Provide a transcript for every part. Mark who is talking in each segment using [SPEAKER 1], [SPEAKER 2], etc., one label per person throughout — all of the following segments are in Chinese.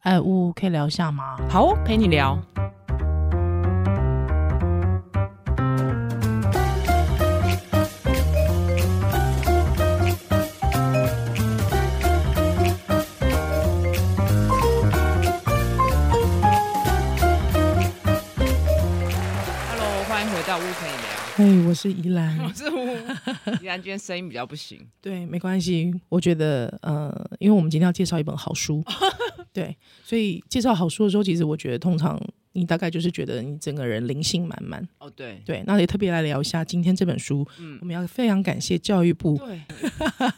[SPEAKER 1] 哎，呜，可以聊一下吗？
[SPEAKER 2] 好哦，陪你聊。Hello，欢迎回到屋陪你 聊。
[SPEAKER 1] 哎，我是宜兰
[SPEAKER 2] 我，是屋，依然今天声音比较不行。
[SPEAKER 1] 对，没关系。我觉得，呃，因为我们今天要介绍一本好 书，对，所以介绍好书的时候，其实我觉得通常你大概就是觉得你整个人灵性满满。
[SPEAKER 2] 哦，对
[SPEAKER 1] 对，那也特别来聊一下今天这本书。
[SPEAKER 2] 嗯
[SPEAKER 1] 我们要非常感谢教育部，
[SPEAKER 2] 对，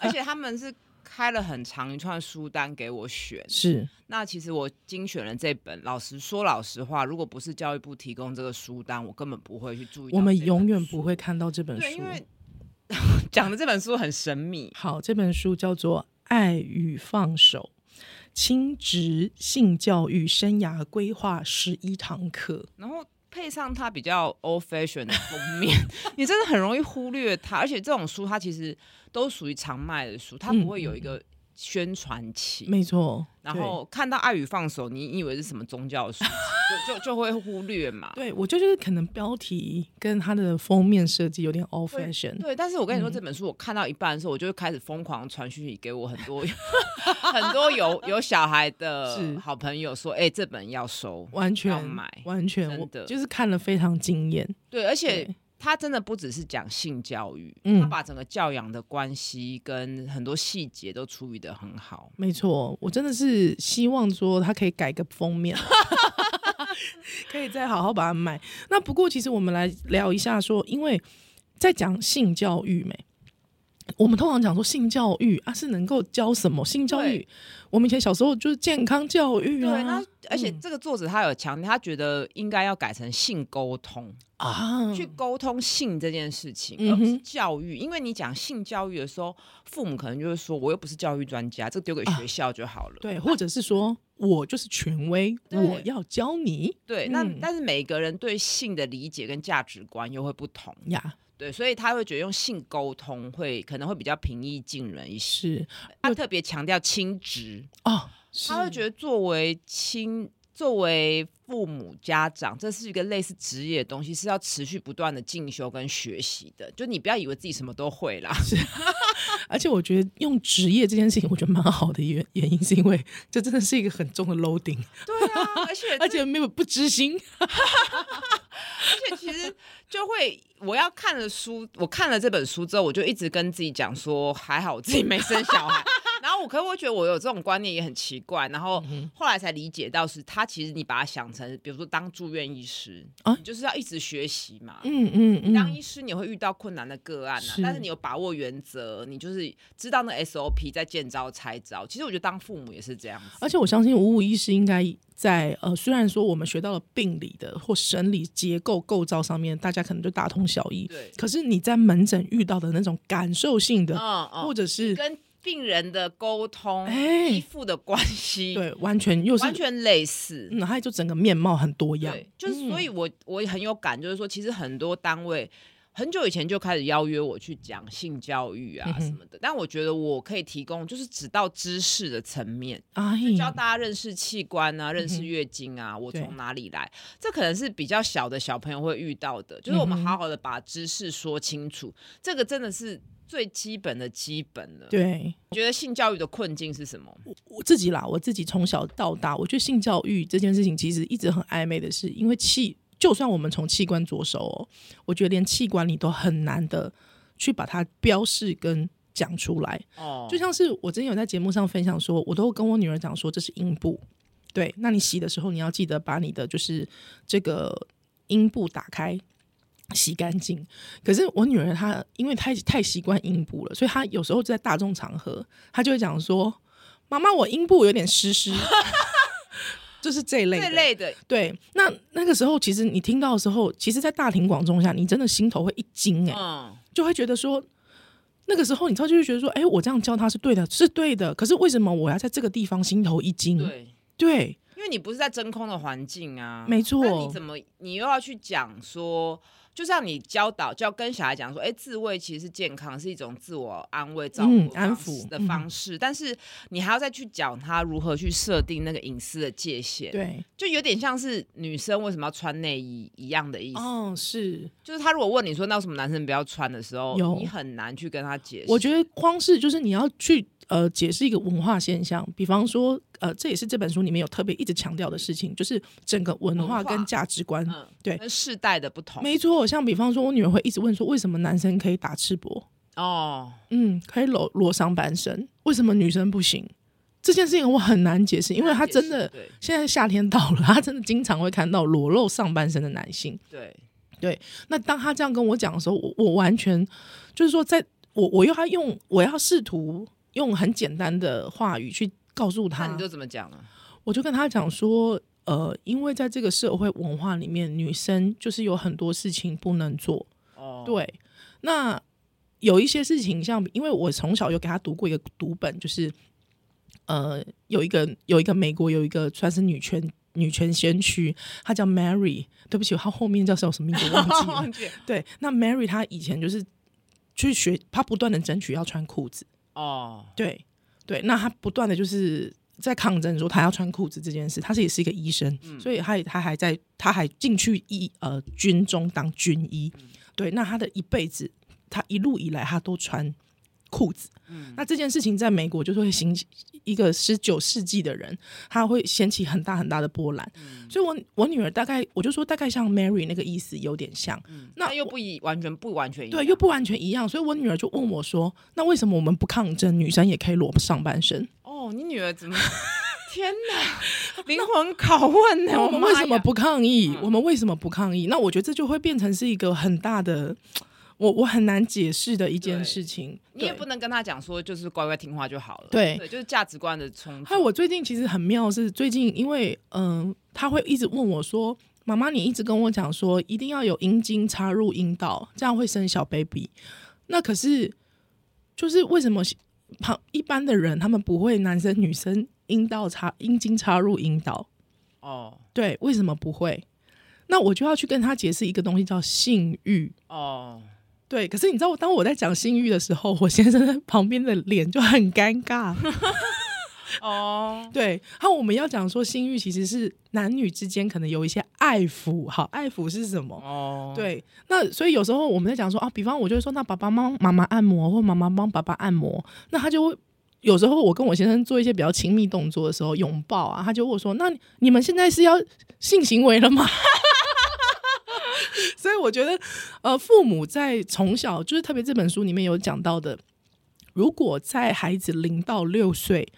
[SPEAKER 2] 而且他们是开了很长一串书单给我选。
[SPEAKER 1] 是
[SPEAKER 2] 那其实我精选了这本，老实说老实话，如果不是教育部提供这个书单，我根本不会去注意。
[SPEAKER 1] 我们永远不会看到这本书。
[SPEAKER 2] 对，因为 讲的这本书很神秘，
[SPEAKER 1] 好，这本书叫做《爱与放手：亲职性教育生涯规划十一堂课》。
[SPEAKER 2] 然后配上它比较 old fashion 的封面， 你真的很容易忽略它。而且这种书它其实都属于常卖的书，它不会有一个宣传期。
[SPEAKER 1] 嗯没错，
[SPEAKER 2] 然后看到爱与放手，你以为是什么宗教书， 就就就会忽略嘛。
[SPEAKER 1] 对对我就就是可能标题跟它的封面设计有点 old
[SPEAKER 2] 对
[SPEAKER 1] fashion，
[SPEAKER 2] 对，但是我跟你说，这
[SPEAKER 1] 嗯
[SPEAKER 2] 本书我看到一半的时候，我就会开始疯狂传讯息给我很多 很多有有小孩
[SPEAKER 1] 是
[SPEAKER 2] 的好朋友说，哎、这本要收，
[SPEAKER 1] 完
[SPEAKER 2] 要
[SPEAKER 1] 全
[SPEAKER 2] 买
[SPEAKER 1] 完全
[SPEAKER 2] 真
[SPEAKER 1] 我
[SPEAKER 2] 的
[SPEAKER 1] 就是看了非常惊艳。
[SPEAKER 2] 对，而且
[SPEAKER 1] 对
[SPEAKER 2] 他真的不只是讲性教育，
[SPEAKER 1] 嗯
[SPEAKER 2] 他把整个教养的关系跟很多细节都处理的很好。
[SPEAKER 1] 没错，我真的是希望说它可以改个封面， 可以再好好把它卖。那不过，其实我们来聊一下说，因为在讲性教育没。我们通常讲说性教育啊是能够教什么？性教育
[SPEAKER 2] 对，
[SPEAKER 1] 我们以前小时候就是健康教育
[SPEAKER 2] 对，那
[SPEAKER 1] 啊，
[SPEAKER 2] 而且
[SPEAKER 1] 嗯
[SPEAKER 2] 这个作者他有强调，他觉得应该要改成性沟通，
[SPEAKER 1] 啊，
[SPEAKER 2] 去沟通性这件事情，
[SPEAKER 1] 嗯
[SPEAKER 2] 而不是
[SPEAKER 1] 哼
[SPEAKER 2] 教育。因为你讲性教育的时候，父母可能就会说：“我又不是教育专家，这个丢给学校就好了。
[SPEAKER 1] 啊对，或者是说我就是权威，
[SPEAKER 2] 对
[SPEAKER 1] 我要教你
[SPEAKER 2] 对，那、
[SPEAKER 1] 嗯
[SPEAKER 2] 但是每个人对性的理解跟价值观又会不同，
[SPEAKER 1] 呀，
[SPEAKER 2] 对，所以他会觉得用性沟通会可能会比较平易近人一些。
[SPEAKER 1] 是
[SPEAKER 2] 他特别强调亲职，
[SPEAKER 1] 哦，
[SPEAKER 2] 他会觉
[SPEAKER 1] 得
[SPEAKER 2] 得作为亲。作为父母家长，这是一个类似职业的东西，是要持续不断的进修跟学习的。就你不要以为自己什么都会啦，
[SPEAKER 1] 而且我觉得用职业这件事情，我觉得蛮好的原原因是因为这真的是一个很重的 loading，
[SPEAKER 2] 对啊， 而且
[SPEAKER 1] 而且没有不知 心，
[SPEAKER 2] 而且其实就会，我要看了书，我看了这本书之后，我就一直跟自己讲说，还好我自己没生小孩。 然后我可能会觉得我有这种观念也很奇怪，然
[SPEAKER 1] 嗯
[SPEAKER 2] 后后来才理解到是他其实你把它想成，比如说当住院医师，
[SPEAKER 1] 啊
[SPEAKER 2] 你就是要一直学习嘛。
[SPEAKER 1] 嗯嗯
[SPEAKER 2] 当
[SPEAKER 1] 嗯，
[SPEAKER 2] 医师你会遇到困难的个案啊
[SPEAKER 1] 是，
[SPEAKER 2] 但是你有把握原则，你就是知道那 SOP 在见招拆招。其实我觉得当父母也是这样子，
[SPEAKER 1] 而且我相信五五医师应该在呃，虽然说我们学到了病理的或生理结构构造上面，大家可能就大同小异，
[SPEAKER 2] 对，
[SPEAKER 1] 可是你在门诊遇到的那种感受性的，
[SPEAKER 2] 嗯嗯，
[SPEAKER 1] 或者是
[SPEAKER 2] 跟病人的沟通、
[SPEAKER 1] 哎
[SPEAKER 2] 依附的关系，
[SPEAKER 1] 对，完全又是
[SPEAKER 2] 完，全类似。
[SPEAKER 1] 嗯，还有就整个面貌很多样，
[SPEAKER 2] 对，就是
[SPEAKER 1] 嗯
[SPEAKER 2] 所以我，我也很有感，就是说，其实很多单位很久以前就开始邀约我去讲性教育啊
[SPEAKER 1] 嗯哼
[SPEAKER 2] 什么的，但我觉得我可以提供就是只到知识的层面，
[SPEAKER 1] 哎
[SPEAKER 2] 教
[SPEAKER 1] 呀，
[SPEAKER 2] 大家认识器官啊，认
[SPEAKER 1] 嗯哼
[SPEAKER 2] 识月经啊，我
[SPEAKER 1] 对
[SPEAKER 2] 从哪里来，这可能是比较小的小朋友会遇到的，就是我
[SPEAKER 1] 嗯
[SPEAKER 2] 们
[SPEAKER 1] 哼
[SPEAKER 2] 好好的把知识说清楚，这个真的是最基本的基本了。
[SPEAKER 1] 对。
[SPEAKER 2] 你觉得性教育的困境是什么？
[SPEAKER 1] 我自己啦，我自己从小到大，我觉得性教育这件事情其实一直很暧昧的是，因为器，就算我们从器官着手哦，我觉得连器官你都很难的去把它标示跟讲出来。
[SPEAKER 2] 哦
[SPEAKER 1] 就像是我之前有在节目上分享说，我都跟我女儿讲说这是阴部，对，那你洗的时候你要记得把你的就是这个阴部打开。洗干净，可是我女儿她因为太太习惯阴部了，所以她有时候在大众场合，她就会讲说：“妈妈，我阴部有点湿 湿。”就是这一类的
[SPEAKER 2] 这类的，
[SPEAKER 1] 对。那那个时候，其实你听到的时候，其实，在大庭广众下，你真的心头会一惊哎、
[SPEAKER 2] 嗯，
[SPEAKER 1] 就会觉得说，那个时候你知道就会觉得说，哎、我这样教他是对的，是对的。可是为什么我要在这个地方心头一惊？
[SPEAKER 2] 对。
[SPEAKER 1] 对
[SPEAKER 2] 因为你不是在真空的环境啊，
[SPEAKER 1] 没错
[SPEAKER 2] 那你怎么你又要去讲说就像你教导，就要跟小孩讲说，哎、自慰其实是健康，是一种自我安慰、照
[SPEAKER 1] 嗯
[SPEAKER 2] 顾、
[SPEAKER 1] 安抚
[SPEAKER 2] 的
[SPEAKER 1] 嗯
[SPEAKER 2] 方式，但是你还要再去讲他如何去设定那个隐私的界限，
[SPEAKER 1] 对，
[SPEAKER 2] 就有点像是女生为什么要穿内衣一样的意思。
[SPEAKER 1] 哦，是，
[SPEAKER 2] 就是他如果问你说那有什么男生不要穿的时候
[SPEAKER 1] 有，
[SPEAKER 2] 你很难去跟他解释。
[SPEAKER 1] 我觉得光是就是你要去呃解释一个文化现象，比方说呃，这也是这本书里面有特别一直强调的事情，就是整个文
[SPEAKER 2] 文
[SPEAKER 1] 化
[SPEAKER 2] 化
[SPEAKER 1] 跟价值观。
[SPEAKER 2] 嗯，
[SPEAKER 1] 对
[SPEAKER 2] 跟世代的不同。
[SPEAKER 1] 没错，像比方说，我女儿会一直问说，为什么男生可以打赤膊？
[SPEAKER 2] 哦，
[SPEAKER 1] 嗯，可以裸裸上半身，为什么女生不行？这件事情我很难解释，因为她真的
[SPEAKER 2] 对
[SPEAKER 1] 现在夏天到了， 她真的经常会看到裸露上半身的男性。
[SPEAKER 2] 对
[SPEAKER 1] 那当他这样跟我讲的时候，我我完全就是说在，我我要他用我要试图用很简单的话语去告诉
[SPEAKER 2] 那
[SPEAKER 1] 他
[SPEAKER 2] 你，就怎么讲了？
[SPEAKER 1] 我就跟他讲说，呃，因为在这个社会文化里面，女生就是有很多事情不能做，
[SPEAKER 2] 哦，
[SPEAKER 1] 对，那有一些事情像，因为我从小有给他读过一个读本，就是呃，有一个有一个美国有一个算是女权女权先驱，她叫 Mary，对不起，她后面叫什么名字我 忘记了。
[SPEAKER 2] 忘记了
[SPEAKER 1] 对，那 Mary 她以前就是去学，她不断的争取要穿裤子，
[SPEAKER 2] 哦，
[SPEAKER 1] 对对，那她不断的就是在抗争说她要穿裤子这件事，她是也是一个医生，所以她也她还在她还进去医呃军中当军医，对，那她的一辈子，她一路以来她都穿。裤子，那这件事情在美国就是会引起一个十九世纪的人，他会掀起很大很大的波澜。所以我，我女儿大概我就说大概像 Mary 那个意思有点像，那
[SPEAKER 2] 那又不一完全不完全一
[SPEAKER 1] 对，
[SPEAKER 2] 样
[SPEAKER 1] 又不完全一样，所以我女儿就问我说：“那为什么我们不抗争，女生也可以裸上半身？
[SPEAKER 2] 哦，你女儿怎 么？天 哪，灵魂拷问呢？
[SPEAKER 1] 我
[SPEAKER 2] 们嗯
[SPEAKER 1] 们为什么？不抗议？我们为什么不抗议？”那我觉得这就会变成是一个很大的，我我很难解释的一件
[SPEAKER 2] 对
[SPEAKER 1] 事情。
[SPEAKER 2] 你也
[SPEAKER 1] 对
[SPEAKER 2] 不能跟她讲说，就是乖乖听话就好了。
[SPEAKER 1] 对
[SPEAKER 2] 对，就是价值观的冲
[SPEAKER 1] 还有
[SPEAKER 2] 突。
[SPEAKER 1] 我最近其实很妙是，最近因为嗯、他会一直问我说：“妈妈，你一直跟我讲说一定要有阴茎插入阴道，这样会生小 baby。”那可是就是为什么旁一般的人他们不会男生女生阴道插阴茎插入阴道？
[SPEAKER 2] 哦
[SPEAKER 1] 对，为什么不会？那我就要去跟他解释一个东西叫性欲。
[SPEAKER 2] 哦，
[SPEAKER 1] 对，可是你知道，我当我在讲性欲的时候，我先生在旁边的脸就很尴尬。
[SPEAKER 2] 哦，
[SPEAKER 1] 对，然后我们要讲说性欲其实是男女之间可能有一些爱抚，好，爱抚是什么？
[SPEAKER 2] 哦，，
[SPEAKER 1] 对，那所以有时候我们在讲说啊，比方我就会说，那爸爸帮妈妈按摩，或妈妈帮爸爸按摩，那他就会有时候我跟我先生做一些比较亲密动作的时候，拥抱啊，他就问我说，那你你们现在是要性行为了吗？所以我觉得，呃，父母在从小就是特别这本书里面有讲到的，如果在孩子零到六岁，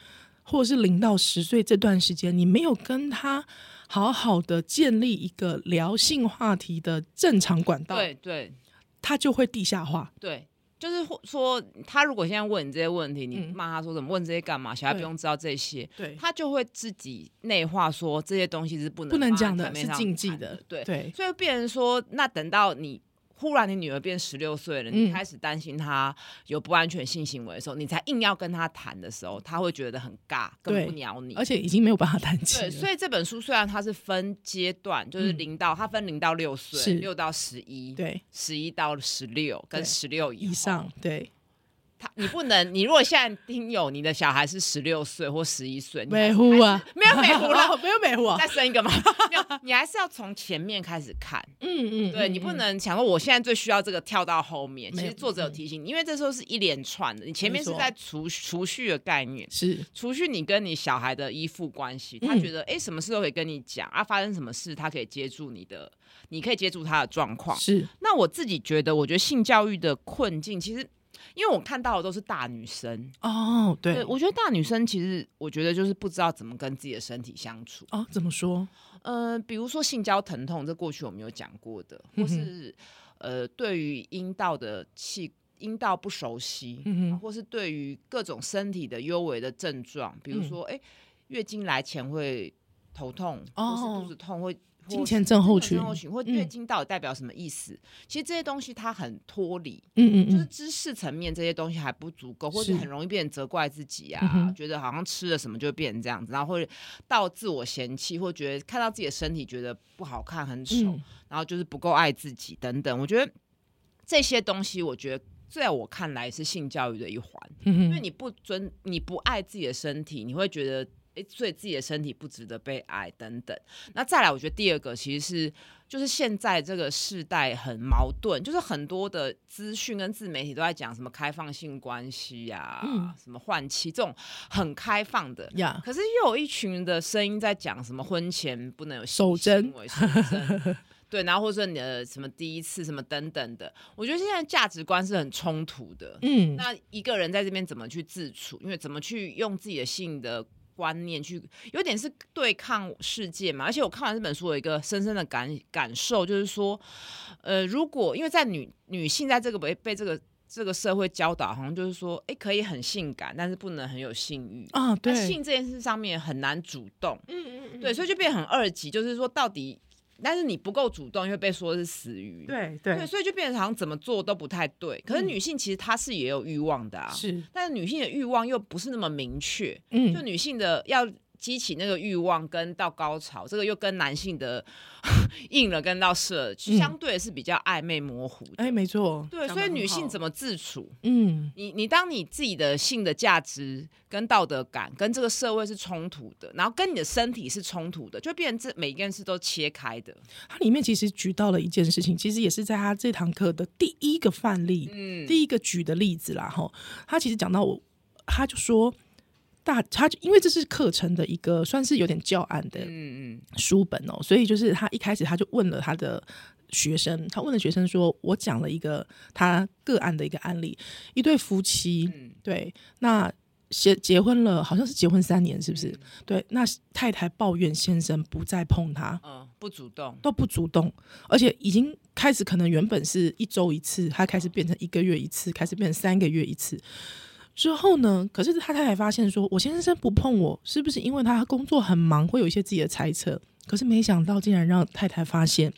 [SPEAKER 1] 或者是零到十岁这段时间，你没有跟他好好的建立一个聊性话题的正常管道，
[SPEAKER 2] 对对
[SPEAKER 1] 他就会地下化。
[SPEAKER 2] 对。就是或说，他如果现在问你这些问题，你
[SPEAKER 1] 嗯
[SPEAKER 2] 骂他说什么？问这些干嘛？小孩
[SPEAKER 1] 对
[SPEAKER 2] 不用知道这些，
[SPEAKER 1] 对，
[SPEAKER 2] 他就会自己内化说这些东西是不能
[SPEAKER 1] 不能
[SPEAKER 2] 放在
[SPEAKER 1] 讲的
[SPEAKER 2] 台面
[SPEAKER 1] 是
[SPEAKER 2] 啊上
[SPEAKER 1] 禁忌
[SPEAKER 2] 谈
[SPEAKER 1] 的
[SPEAKER 2] 的，对。
[SPEAKER 1] 对，
[SPEAKER 2] 所以变成说，那等到你忽然你女儿变十六岁了，你
[SPEAKER 1] 嗯
[SPEAKER 2] 开始担心她有不安全性行为的时候，你才硬要跟她谈的时候，她会觉得很尬，根
[SPEAKER 1] 对
[SPEAKER 2] 本不鸟你
[SPEAKER 1] 而。且已经没有办法谈起
[SPEAKER 2] 对，
[SPEAKER 1] 了。
[SPEAKER 2] 所以这本书虽然它是分阶段，就是
[SPEAKER 1] 嗯
[SPEAKER 2] 零到、它分零到六
[SPEAKER 1] 是
[SPEAKER 2] 岁，六到十一，
[SPEAKER 1] 对
[SPEAKER 2] 十一到十六跟
[SPEAKER 1] 对
[SPEAKER 2] 十六以
[SPEAKER 1] 以
[SPEAKER 2] 后，
[SPEAKER 1] 上对，
[SPEAKER 2] 他你不能，你如果现在听友你的小孩是十六岁或十一岁，你还
[SPEAKER 1] 美湖啊，
[SPEAKER 2] 没 有美湖了，
[SPEAKER 1] 没有美湖啊
[SPEAKER 2] 再，生一个嘛， 没有，你还是要从前面开始看。
[SPEAKER 1] 嗯嗯，
[SPEAKER 2] 对
[SPEAKER 1] 嗯
[SPEAKER 2] 你不
[SPEAKER 1] 嗯
[SPEAKER 2] 能想说我现在最需要这个跳到后面，其
[SPEAKER 1] 没有嗯
[SPEAKER 2] 实作者有提醒你，因为这时候是一连串的，你前面是
[SPEAKER 1] 没错
[SPEAKER 2] 在储储蓄的概念，
[SPEAKER 1] 是
[SPEAKER 2] 储蓄你跟你小孩的依附关系，他
[SPEAKER 1] 嗯
[SPEAKER 2] 觉得哎、诶什么事都可以跟你讲啊，发生什么事他可以接住你的，你可以接住他的状况。
[SPEAKER 1] 是，
[SPEAKER 2] 那我自己觉得，我觉得性教育的困境，其实因为我看到的都是大女生，
[SPEAKER 1] 哦，对
[SPEAKER 2] 对，我觉得大女生其实我觉得就是不知道怎么跟自己的身体相处。
[SPEAKER 1] 哦，怎么说？
[SPEAKER 2] 呃，比如说性交疼痛，这过去我们有讲过的，
[SPEAKER 1] 嗯
[SPEAKER 2] 或是、呃，对于阴道的气阴道不熟悉，
[SPEAKER 1] 嗯
[SPEAKER 2] 啊
[SPEAKER 1] 哼，
[SPEAKER 2] 或是对于各种身体的幽微的症状，比如
[SPEAKER 1] 嗯
[SPEAKER 2] 说，哎、月经来前会头痛，或是
[SPEAKER 1] 哦
[SPEAKER 2] 肚子痛，会或
[SPEAKER 1] 金钱症候
[SPEAKER 2] 金钱
[SPEAKER 1] 群
[SPEAKER 2] 症候群或
[SPEAKER 1] 嗯
[SPEAKER 2] 月经到底代表什么意思？其实这些东西它很脱离，
[SPEAKER 1] 嗯嗯
[SPEAKER 2] 就是
[SPEAKER 1] 嗯，
[SPEAKER 2] 知识层面这些东西还不足够，或
[SPEAKER 1] 是
[SPEAKER 2] 者很容易变成责怪自己
[SPEAKER 1] 嗯
[SPEAKER 2] 啊，
[SPEAKER 1] 哼
[SPEAKER 2] 觉得好像吃了什么就变成这样子，然后或者到自我嫌弃，或觉得看到自己的身体觉得不好看、很丑，
[SPEAKER 1] 嗯
[SPEAKER 2] 然后就是不够爱自己等等。我觉得这些东西，我觉得在我看来是性教育的一环，因为
[SPEAKER 1] 嗯
[SPEAKER 2] 你不尊、你不爱自己的身体，你会觉得。诶所以自己的身体不值得被爱，等等。那再来，我觉得第二个其实是，就是现在这个世代很矛盾，就是很多的资讯跟自媒体都在讲什么开放性关系呀、
[SPEAKER 1] 嗯
[SPEAKER 2] 什么换妻这种很开放的，
[SPEAKER 1] 哼，呀，
[SPEAKER 2] 可是又有一群的声音在讲什么婚前不能有性
[SPEAKER 1] 守贞
[SPEAKER 2] 行为、守贞对，然后或者说你的什么第一次什么等等的，我觉得现在价值观是很冲突的。
[SPEAKER 1] 嗯
[SPEAKER 2] 那一个人在这边怎么去自处？因为怎么去用自己的性的观念去，有点是对抗世界嘛。而且我看完这本书，有一个深深的感感受，就是说，呃，如果因为在女女性在这个被被这个这个社会教导，好像就是说，哎，可以很性感，但是不能很有性欲。
[SPEAKER 1] 啊，
[SPEAKER 2] 那
[SPEAKER 1] 对，
[SPEAKER 2] 性这件事上面很难主动，
[SPEAKER 1] 嗯嗯
[SPEAKER 2] 对，所以就变很二级，就是说到底，但是你不够主动，又被说是死鱼，
[SPEAKER 1] 对
[SPEAKER 2] 对，，所以就变成好像怎么做都不太对。可是
[SPEAKER 1] 嗯
[SPEAKER 2] 女性其实她是也有欲望的啊，
[SPEAKER 1] 是，
[SPEAKER 2] 但是女性的欲望又不是那么明确，
[SPEAKER 1] 嗯
[SPEAKER 2] 就女性的要激起那个欲望跟到高潮，这个又跟男性的硬了跟到射，
[SPEAKER 1] 嗯
[SPEAKER 2] 相对是比较暧昧模糊的。
[SPEAKER 1] 哎，没错，
[SPEAKER 2] 对，所以女性怎
[SPEAKER 1] 么
[SPEAKER 2] 么自处？
[SPEAKER 1] 嗯
[SPEAKER 2] 你你当你自己的性的价值跟道德感跟这个社会是冲突的，然后跟你的身体是冲突的，就变成这每一件事都切开的。
[SPEAKER 1] 它里面其实举到了一件事情，其实也是在他这堂课的第一个范例，
[SPEAKER 2] 嗯，
[SPEAKER 1] 第一个举的例子啦，哈，他其实讲到我，他就说大，他因为这是课程的一个算是有点教案的
[SPEAKER 2] 嗯嗯
[SPEAKER 1] 书本哦，所以就是他一开始他就问了他的学生，他问了学生说，我讲了一个他个案的一个案例，一对夫妻，
[SPEAKER 2] 嗯
[SPEAKER 1] 对，那结结婚了，好像是结婚三年，是不是？对，那太太抱怨先生不再碰她，
[SPEAKER 2] 嗯，不主动。
[SPEAKER 1] 都不主动，而且已经开始可能原本是一周一次，他开始变成一个月一次，开始变成三个月一次。之后呢？可是他太太发现说，我先生不碰我，是不是因为他工作很忙，会有一些自己的猜测？可是没想到，竟然让太太发现，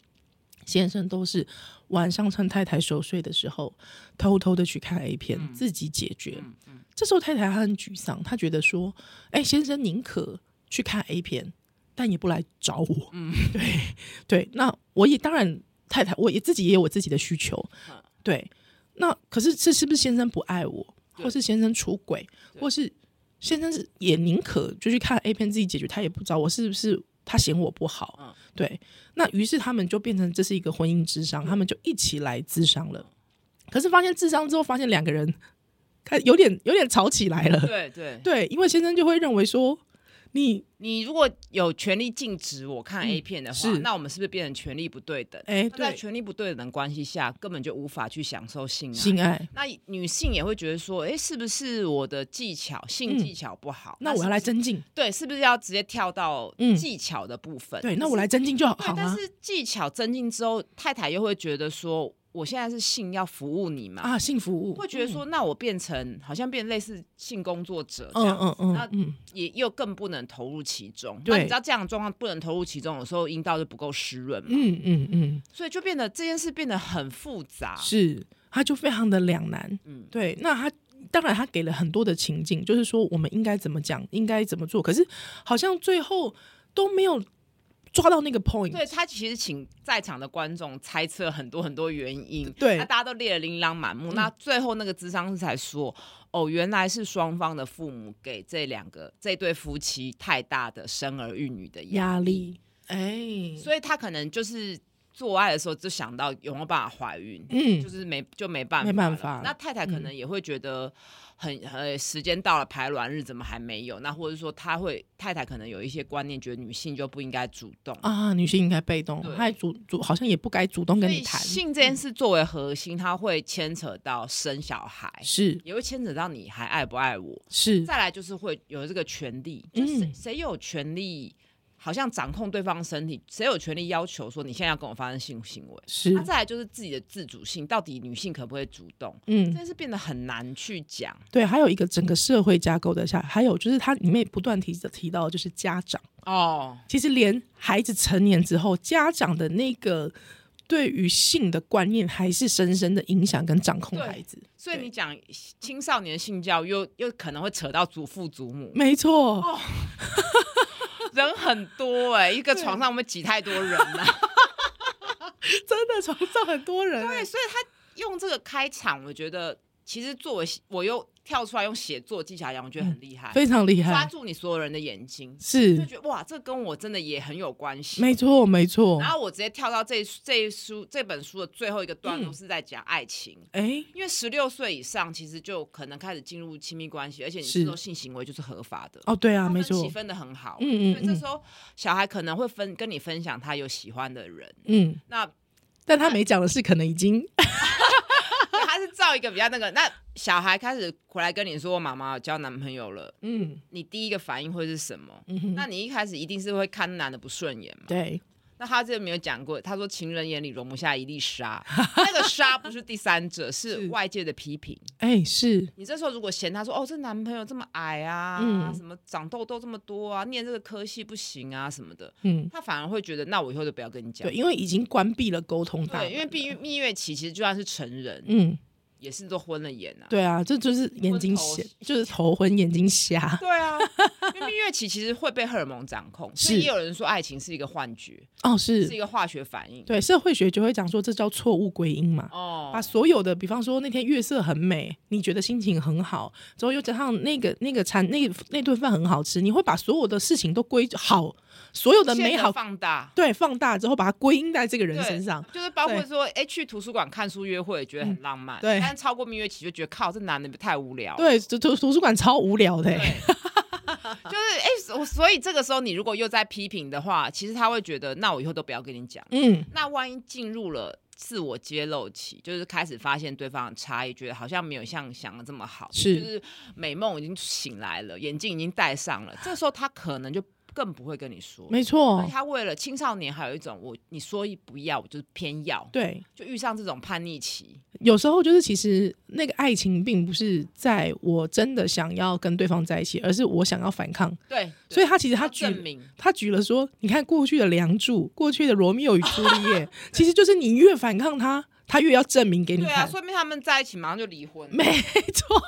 [SPEAKER 1] 先生都是晚上趁太太熟睡的时候，偷偷的去看 A 片，自己解决。
[SPEAKER 2] 嗯嗯
[SPEAKER 1] 这时候太太她很沮丧，她觉得说：“哎、先生宁可去看 A 片，但也不来找我。”嗯， 对对。那我也当然，太太我也自己也有我自己的需求
[SPEAKER 2] 嗯，
[SPEAKER 1] 对。那可是这是不是先生不爱我，
[SPEAKER 2] 对
[SPEAKER 1] 或是先生出轨，
[SPEAKER 2] 对
[SPEAKER 1] 或是先生是也宁可就去看 A 片自己解决，他也不找我，是不是？他嫌我不好，
[SPEAKER 2] 嗯
[SPEAKER 1] 对。那于是他们就变成这是一个婚姻智商，他们就一起来智商了。可是发现智商之后，发现两个人开有点有点吵起来了。
[SPEAKER 2] 对对，
[SPEAKER 1] 对，因为先生就会认为说你
[SPEAKER 2] 你如果有权利禁止我看
[SPEAKER 1] 嗯
[SPEAKER 2] A 片的话，
[SPEAKER 1] 是
[SPEAKER 2] 那我们是不是变成权利不对等？
[SPEAKER 1] 哎、
[SPEAKER 2] 那在
[SPEAKER 1] 对
[SPEAKER 2] 权利不对等的关系下，根本就无法去享受性爱。
[SPEAKER 1] 性爱，
[SPEAKER 2] 那女性也会觉得说，哎，是不是我的技巧性
[SPEAKER 1] 嗯
[SPEAKER 2] 技巧不好？
[SPEAKER 1] 那我要
[SPEAKER 2] 是
[SPEAKER 1] 来
[SPEAKER 2] 不是
[SPEAKER 1] 增进。
[SPEAKER 2] 对，是不是要直接跳到
[SPEAKER 1] 嗯
[SPEAKER 2] 技巧的部分？
[SPEAKER 1] 对，那我
[SPEAKER 2] 可呃是
[SPEAKER 1] 来增进就好
[SPEAKER 2] 对，
[SPEAKER 1] 好
[SPEAKER 2] 但
[SPEAKER 1] 吗？
[SPEAKER 2] 是技巧增进之后，太太又会觉得说，我现在是性要服务你嘛，
[SPEAKER 1] 啊，性服务
[SPEAKER 2] 会觉得，说，那我变成好像变类似性工作者这
[SPEAKER 1] 嗯
[SPEAKER 2] 样，
[SPEAKER 1] 嗯嗯
[SPEAKER 2] 那
[SPEAKER 1] 嗯嗯，
[SPEAKER 2] 也又更不能投入其中。
[SPEAKER 1] 对
[SPEAKER 2] 那你知道这样的状况不能投入其中，有时候阴道就不够湿润嘛，
[SPEAKER 1] 嗯嗯嗯，
[SPEAKER 2] 所以就变得这件事变得很复杂。
[SPEAKER 1] 是，他就非常的两难。
[SPEAKER 2] 啊嗯，
[SPEAKER 1] 对，那他当然他给了很多的情境，就是说我们应该怎么讲，应该怎么做，可是好像最后都没有抓到那个 point。
[SPEAKER 2] 对他其实请在场的观众猜测很多很多原因，
[SPEAKER 1] 对嗯
[SPEAKER 2] 那大家都列得琳琅满目。那最后那个智商师才说，哦，原来是双方的父母给这两个这对夫妻太大的生儿育女的压
[SPEAKER 1] 压力，哎、
[SPEAKER 2] 力，所以他可能就是做爱的时候就想到有没有办法怀孕。
[SPEAKER 1] 嗯
[SPEAKER 2] 就是没就没办法
[SPEAKER 1] 没
[SPEAKER 2] 了，
[SPEAKER 1] 办法嗯
[SPEAKER 2] 那太太可能也会觉得很呃，时间到了排卵日怎么还没有？那或者说她会太太可能有一些观念，觉得女性就不应该主动
[SPEAKER 1] 啊，女性应该被动，
[SPEAKER 2] 对
[SPEAKER 1] 她还主主好像也不该主动跟
[SPEAKER 2] 所
[SPEAKER 1] 你
[SPEAKER 2] 以
[SPEAKER 1] 谈，嗯
[SPEAKER 2] 性这件事作为核心，它会牵扯到生小孩，
[SPEAKER 1] 是
[SPEAKER 2] 也会牵扯到你还爱不爱我。
[SPEAKER 1] 是，
[SPEAKER 2] 再来就是会有这个权利，就是谁
[SPEAKER 1] 嗯
[SPEAKER 2] 谁有权利。好像掌控对方身体，谁有权利要求说你现在要跟我发生性行为？
[SPEAKER 1] 是
[SPEAKER 2] 那、，再来就是自己的自主性，到底女性可不可以主动？
[SPEAKER 1] 嗯，
[SPEAKER 2] 但是变得很难去讲，
[SPEAKER 1] 对，还有一个整个社会架构的下，还有就是它里面不断提提到的就是家长，
[SPEAKER 2] 哦，
[SPEAKER 1] 其实连孩子成年之后，家长的那个对于性的观念还是深深的影响跟掌控
[SPEAKER 2] 对
[SPEAKER 1] 孩子。
[SPEAKER 2] 所以
[SPEAKER 1] 对
[SPEAKER 2] 你讲青少年性教育又又可能会扯到祖父祖母，
[SPEAKER 1] 没错，
[SPEAKER 2] 哦人很多哎、一个
[SPEAKER 1] 对
[SPEAKER 2] 床上我们挤太多人啊了、
[SPEAKER 1] 真的床上很多人欸、
[SPEAKER 2] 对，所以他用这个开场，我觉得其实作为我又跳出来用写作技巧讲，我觉得很厉害，
[SPEAKER 1] 非常厉
[SPEAKER 2] 抓
[SPEAKER 1] 害，
[SPEAKER 2] 住你所有人的眼睛，就是觉得哇，这跟我真的也很有关系。
[SPEAKER 1] 没错，没错
[SPEAKER 2] 然。后我直接跳到这一这一书这本书的最后一个段落
[SPEAKER 1] 嗯
[SPEAKER 2] 是在讲爱情，
[SPEAKER 1] 哎，
[SPEAKER 2] 因为十六岁以上其实就可能开始进入亲密关系，而且你
[SPEAKER 1] 是
[SPEAKER 2] 是说性行为就是合法的。
[SPEAKER 1] 哦，对啊，
[SPEAKER 2] 他
[SPEAKER 1] 没
[SPEAKER 2] 分
[SPEAKER 1] 错
[SPEAKER 2] 期，分的很好，
[SPEAKER 1] 嗯嗯
[SPEAKER 2] 所以这
[SPEAKER 1] 嗯
[SPEAKER 2] 时候小孩可能会分跟你分享他有喜欢的人，
[SPEAKER 1] 嗯，
[SPEAKER 2] 那
[SPEAKER 1] 但他没讲的是，可能已经
[SPEAKER 2] 对他是造一个比较那个，那小孩开始回来跟你说妈妈我交男朋友了，
[SPEAKER 1] 嗯
[SPEAKER 2] 你第一个反应会是什么？
[SPEAKER 1] 嗯哼，
[SPEAKER 2] 那你一开始一定是会看男的不顺眼嘛？
[SPEAKER 1] 对，
[SPEAKER 2] 那他这没有讲过，他说情人眼里容不下一粒沙，那个沙不是第三者，是
[SPEAKER 1] 是
[SPEAKER 2] 外界的批评。
[SPEAKER 1] 哎，是
[SPEAKER 2] 你这时候如果嫌他说哦，这男朋友这么矮啊，
[SPEAKER 1] 嗯
[SPEAKER 2] 什么长痘痘这么多啊，念这个科系不行啊什么的，
[SPEAKER 1] 嗯，
[SPEAKER 2] 他反而会觉得那我以后就不要跟你讲
[SPEAKER 1] 对，。因为已经关闭了沟通大门，
[SPEAKER 2] 对，因为蜜月蜜月期其实就算是成人，
[SPEAKER 1] 嗯。
[SPEAKER 2] 也是都昏了眼啊。
[SPEAKER 1] 对啊，这就是眼睛
[SPEAKER 2] 头
[SPEAKER 1] 瞎，就是头昏眼睛瞎
[SPEAKER 2] 对啊，因为蜜月期其实会被荷尔蒙掌控，所
[SPEAKER 1] 是
[SPEAKER 2] 以也有人说爱情是一个幻觉，
[SPEAKER 1] 哦，
[SPEAKER 2] 是一
[SPEAKER 1] 是
[SPEAKER 2] 个化学反应。
[SPEAKER 1] 对社会学就会讲说这叫错误归因嘛，
[SPEAKER 2] 哦
[SPEAKER 1] 把，所有的，比方说那天月色很美，你觉得心情很好，之后又加上那个那个餐那个那顿饭很好吃，你会把所有的事情都归好，所有的
[SPEAKER 2] 现在
[SPEAKER 1] 美好
[SPEAKER 2] 放大。
[SPEAKER 1] 对放大之后，把它归因在这个人
[SPEAKER 2] 对
[SPEAKER 1] 身上，
[SPEAKER 2] 就是包括
[SPEAKER 1] 对嗯
[SPEAKER 2] 说，哎，去图书馆看书约会，觉得很浪漫。
[SPEAKER 1] 对
[SPEAKER 2] 但是超过蜜月期就觉得靠，这男的太无聊。，
[SPEAKER 1] 对，图图图书馆超无聊的、欸，
[SPEAKER 2] 对 就是哎，我所以这个时候你如果又在批评的话，其实他会觉得，那我以后都不要跟你讲。
[SPEAKER 1] 嗯，
[SPEAKER 2] 那万一进入了自我揭露期，就是开始发现对方的差异，觉得好像没有像想的这么好，
[SPEAKER 1] 是
[SPEAKER 2] 就是美梦已经醒来了，眼镜已经戴上了，这时候他可能就更不会跟你说。
[SPEAKER 1] 没
[SPEAKER 2] 而
[SPEAKER 1] 错
[SPEAKER 2] 且，他为了青少年还有一种我你说一不要，我就是偏要，
[SPEAKER 1] 对，
[SPEAKER 2] 就遇上这种叛逆期，
[SPEAKER 1] 有时候就是，其实那个爱情并不是在我真的想要跟对方在一起，而是我想要反抗。
[SPEAKER 2] 对，
[SPEAKER 1] 所以
[SPEAKER 2] 对
[SPEAKER 1] 他其实
[SPEAKER 2] 要
[SPEAKER 1] 他举
[SPEAKER 2] 证明
[SPEAKER 1] 他举了说，你看过去的《梁祝》，过去的《罗密欧与朱丽 叶》，其实就是你越反抗他，他越要证明给你
[SPEAKER 2] 对啊，
[SPEAKER 1] 看。
[SPEAKER 2] 说明他们在一起马上就离婚，
[SPEAKER 1] 没错，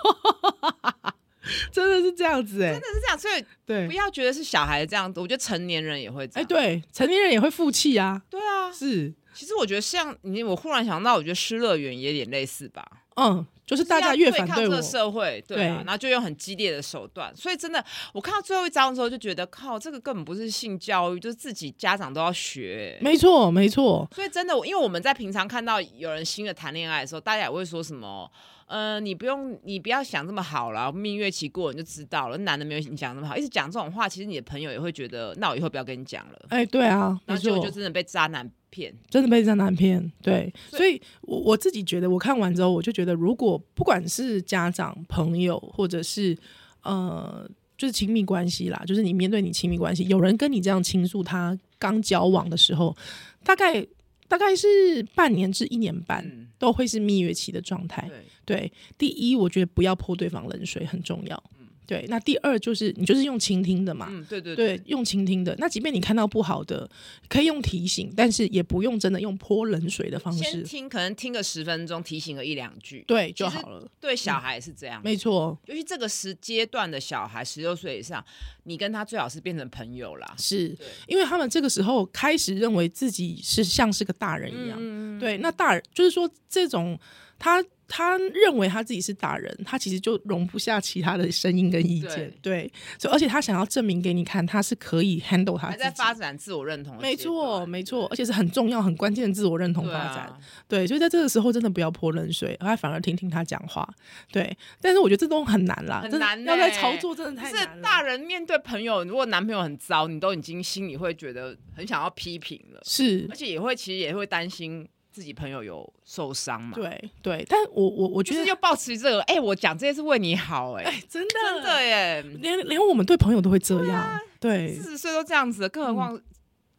[SPEAKER 1] 真的是这样子哎、
[SPEAKER 2] 真的是这样，所以
[SPEAKER 1] 对
[SPEAKER 2] 不，要觉得是小孩这样子，我觉得成年人也会这
[SPEAKER 1] 哎、
[SPEAKER 2] 样，
[SPEAKER 1] 对，成年人也会负气 啊，
[SPEAKER 2] 对啊，
[SPEAKER 1] 是，
[SPEAKER 2] 其实我觉得像你，我忽然想到，我觉得失乐园也有点类似吧，
[SPEAKER 1] 嗯，就是
[SPEAKER 2] 就是
[SPEAKER 1] 大家
[SPEAKER 2] 要
[SPEAKER 1] 越
[SPEAKER 2] 对
[SPEAKER 1] 反
[SPEAKER 2] 抗
[SPEAKER 1] 对
[SPEAKER 2] 这
[SPEAKER 1] 我
[SPEAKER 2] 个，社会，对,、啊
[SPEAKER 1] 对
[SPEAKER 2] 然后就用很激烈的手段，所以真的，我看到最后一章的时候就觉得，靠，这个根本不是性教育，就是自己家长都要学、欸
[SPEAKER 1] 没错，没错，
[SPEAKER 2] 所以真的，我因为我们在平常看到有人新的谈恋爱的时候，大家也会说什么，呃，你不用，你不要想这么好了，蜜月期过你就知道了，男的没有你想那么好，一直讲这种话，其实你的朋友也会觉得，那我以后不要跟你讲了，
[SPEAKER 1] 哎、对啊，没
[SPEAKER 2] 然后结
[SPEAKER 1] 错，
[SPEAKER 2] 果就真的被渣男骗，
[SPEAKER 1] 真的被渣男骗，对，
[SPEAKER 2] 所以
[SPEAKER 1] 所以我我自己觉得，我看完之后，我就觉得，如果不管是家长、朋友，或者是呃，就是亲密关系啦，就是你面对你亲密关系，有人跟你这样倾诉他刚交往的时候，大概大概是半年至一年半，
[SPEAKER 2] 嗯，
[SPEAKER 1] 都会是蜜月期的状态。
[SPEAKER 2] 对，
[SPEAKER 1] 对，第一，我觉得不要泼对方冷水很重要。对，那第二就是你就是用倾听的嘛，
[SPEAKER 2] 嗯，对对
[SPEAKER 1] 对，用倾听的。那即便你看到不好的，可以用提醒，但是也不用真的用泼冷水的方
[SPEAKER 2] 先
[SPEAKER 1] 式，
[SPEAKER 2] 听，可能听个十分钟，提醒个一两句，
[SPEAKER 1] 对就
[SPEAKER 2] 其实
[SPEAKER 1] 好了。嗯
[SPEAKER 2] 对小孩也是这样，
[SPEAKER 1] 没错，
[SPEAKER 2] 尤其这个时阶段的小孩，十六岁以上，你跟他最好是变成朋友啦。
[SPEAKER 1] 是
[SPEAKER 2] 对
[SPEAKER 1] 因为他们这个时候开始认为自己是像是个大人一样。
[SPEAKER 2] 嗯，
[SPEAKER 1] 对，那大人就是说这种他。他认为他自己是大人，他其实就容不下其他的声音跟意见，对，所以而且他想要证明给你看，他是可以 handle 他
[SPEAKER 2] 还
[SPEAKER 1] 啊自己
[SPEAKER 2] 在发展自我认同的
[SPEAKER 1] 没
[SPEAKER 2] 阶段，
[SPEAKER 1] 错，没错，而
[SPEAKER 2] 啊对，
[SPEAKER 1] 且是很重要、很关键的自我认同
[SPEAKER 2] 对
[SPEAKER 1] 发
[SPEAKER 2] 啊
[SPEAKER 1] 展，对，所以在这个时候真的不要泼冷水，而反而听听他讲话。对，但是我觉得这都很难啦，
[SPEAKER 2] 很
[SPEAKER 1] 真的
[SPEAKER 2] 难
[SPEAKER 1] 要在
[SPEAKER 2] 欸
[SPEAKER 1] 操作真的太
[SPEAKER 2] 就
[SPEAKER 1] 难
[SPEAKER 2] 是
[SPEAKER 1] 了。
[SPEAKER 2] 大人面对朋友，如果男朋友很糟，你都已经心里会觉得很想要批评了，
[SPEAKER 1] 是
[SPEAKER 2] 而且也会其实也会担心自己朋友有受伤嘛，
[SPEAKER 1] 对对，但我我我
[SPEAKER 2] 就
[SPEAKER 1] 觉
[SPEAKER 2] 是
[SPEAKER 1] 得，
[SPEAKER 2] 又保持这个，哎、我讲这些是为你好、哎、
[SPEAKER 1] 哎，真的
[SPEAKER 2] 真的啊耶，
[SPEAKER 1] 连连我们对朋友都会这样，对嗯
[SPEAKER 2] 四，十岁都这样子了，更何况、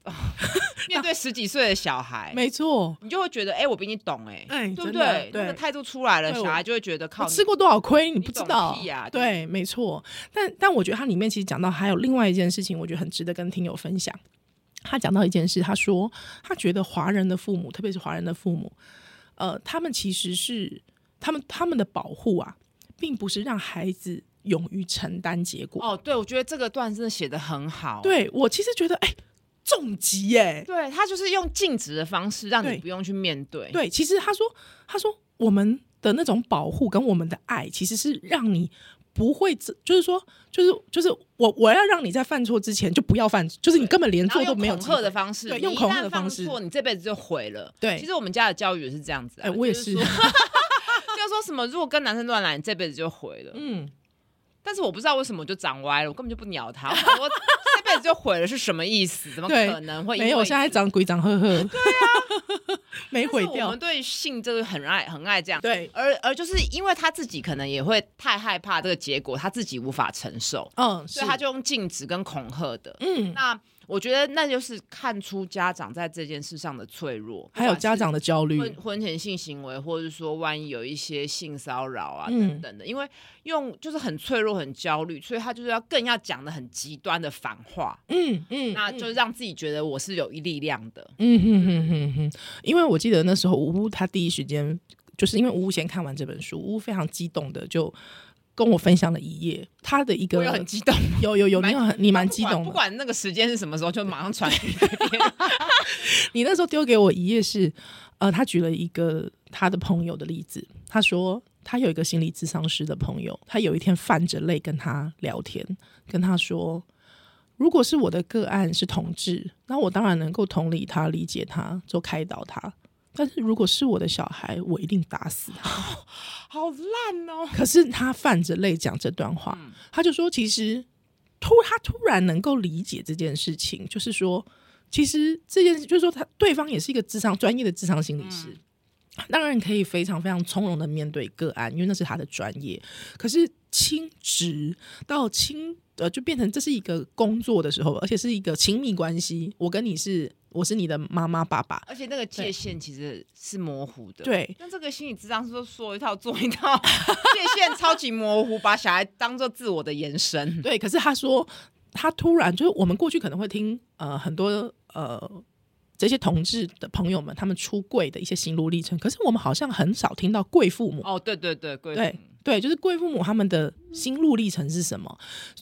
[SPEAKER 2] 啊面对十几岁的小孩，
[SPEAKER 1] 没错，
[SPEAKER 2] 你就会觉得，哎、我比你懂、哎、
[SPEAKER 1] 哎
[SPEAKER 2] 对不
[SPEAKER 1] 真的
[SPEAKER 2] 对？那
[SPEAKER 1] 对
[SPEAKER 2] 个态度出来了，
[SPEAKER 1] 对
[SPEAKER 2] 小
[SPEAKER 1] 我
[SPEAKER 2] 孩就会觉得靠
[SPEAKER 1] 我吃过多少亏你
[SPEAKER 2] 你
[SPEAKER 1] 不知
[SPEAKER 2] 懂
[SPEAKER 1] 道
[SPEAKER 2] 屁呀
[SPEAKER 1] 对，没错。但但我觉得它里面其实讲到还有另外一件事情，我觉得很值得跟听友分享。他讲到一件事，他说他觉得华人的父母，特别是华人的父母，呃，他们其实是他们他们的保护啊，并不是让孩子勇于承担结果。
[SPEAKER 2] 哦，对，我觉得这个段真的写的很好，
[SPEAKER 1] 对我其实觉得，哎、重疾耶、
[SPEAKER 2] 对他就是用禁止的方式让你
[SPEAKER 1] 对
[SPEAKER 2] 不用去面对。
[SPEAKER 1] 对，其实他说，他说我们的那种保护跟我们的爱，其实是让你不会自，就是说，就是就是我我要让你在犯错之前就不要犯，就是你根本连
[SPEAKER 2] 然后
[SPEAKER 1] 做都
[SPEAKER 2] 用
[SPEAKER 1] 没有
[SPEAKER 2] 恐
[SPEAKER 1] 机
[SPEAKER 2] 吓
[SPEAKER 1] 会
[SPEAKER 2] 的。方式，
[SPEAKER 1] 对
[SPEAKER 2] 你
[SPEAKER 1] 用
[SPEAKER 2] 一
[SPEAKER 1] 恐吓
[SPEAKER 2] 旦
[SPEAKER 1] 的方
[SPEAKER 2] 犯
[SPEAKER 1] 式
[SPEAKER 2] 错，你这辈子就毁了。
[SPEAKER 1] 对
[SPEAKER 2] 其实我们家的教育也是这样子、啊。
[SPEAKER 1] 哎、我也
[SPEAKER 2] 就是
[SPEAKER 1] 是
[SPEAKER 2] 说，， 就说什么如果跟男生乱来，你这辈子就毁了。
[SPEAKER 1] 嗯，
[SPEAKER 2] 但是我不知道为什么我就长歪了，我根本就不鸟 他。我想说这辈子就毁了是什么意思？怎么
[SPEAKER 1] 对
[SPEAKER 2] 可能会因为
[SPEAKER 1] 没有，现在长鬼长呵呵，对啊， 没毁
[SPEAKER 2] 但是我
[SPEAKER 1] 掉
[SPEAKER 2] 们，对性这个很爱很爱这样。
[SPEAKER 1] 对，
[SPEAKER 2] 而而就是因为他自己可能也会太害怕这个结果，他自己无法承受，
[SPEAKER 1] 嗯，
[SPEAKER 2] 所以他就用禁止跟恐吓的。
[SPEAKER 1] 嗯，
[SPEAKER 2] 那我觉得那就是看出家长在这件事上的脆弱，
[SPEAKER 1] 还有家长的焦
[SPEAKER 2] 不管是
[SPEAKER 1] 虑，
[SPEAKER 2] 婚婚前性行为，或者是说万一有一些性骚扰啊、
[SPEAKER 1] 嗯
[SPEAKER 2] 等等的，因为用就是很脆弱、很焦虑，所以他就是要更要讲的很极端的反话，
[SPEAKER 1] 嗯嗯，
[SPEAKER 2] 那就是让自己觉得我是有力量的。
[SPEAKER 1] 嗯哼哼哼哼，因为我记得那时候吴乌他第一时间就是因为吴乌先看完这本书，吴乌非常激动的就跟我分享了一页他的一个
[SPEAKER 2] 我有很激动，
[SPEAKER 1] 有有有，
[SPEAKER 2] 蛮
[SPEAKER 1] 你有很你蛮激
[SPEAKER 2] 不管
[SPEAKER 1] 动
[SPEAKER 2] 不
[SPEAKER 1] 的，
[SPEAKER 2] 管那个时间是什么时候，就马上传递给别 人。
[SPEAKER 1] 你那时候丢给我一页是呃，他举了一个他的朋友的例子，他说。他有一个心理咨商师的朋友，他有一天泛着泪跟他聊天，跟他说：“如果是我的个案是同志，那我当然能够同理他、理解他，就开导他。但是如果是我的小孩，我一定打死他。
[SPEAKER 2] 好烂哦！
[SPEAKER 1] 可是他泛着泪讲这段话，他就说，其实突他突然能够理解这件事情，就是说，其实这件事就是说他，对方也是一个智商专业的智商心理师。当然可以非常非常从容的面对个案，因为那是他的专业。可是亲职到亲呃，就变成这是一个工作的时候，而且是一个亲密关系。我跟你是，我是你的妈妈爸爸，
[SPEAKER 2] 而且那个界限其实是模糊的。。
[SPEAKER 1] 对，
[SPEAKER 2] 那这个心理智商是说说一套做一套，界限超级模糊，把小孩当做自我的延 伸。
[SPEAKER 1] 对，可是他说，他突然就是我们过去可能会听呃很多呃这些同志的朋友们他们出柜的一些心路历程，可是我们好像很少听到贵父母。
[SPEAKER 2] 哦，对对对，贵妇
[SPEAKER 1] 对对，就是贵父母他们的心路历程是什么？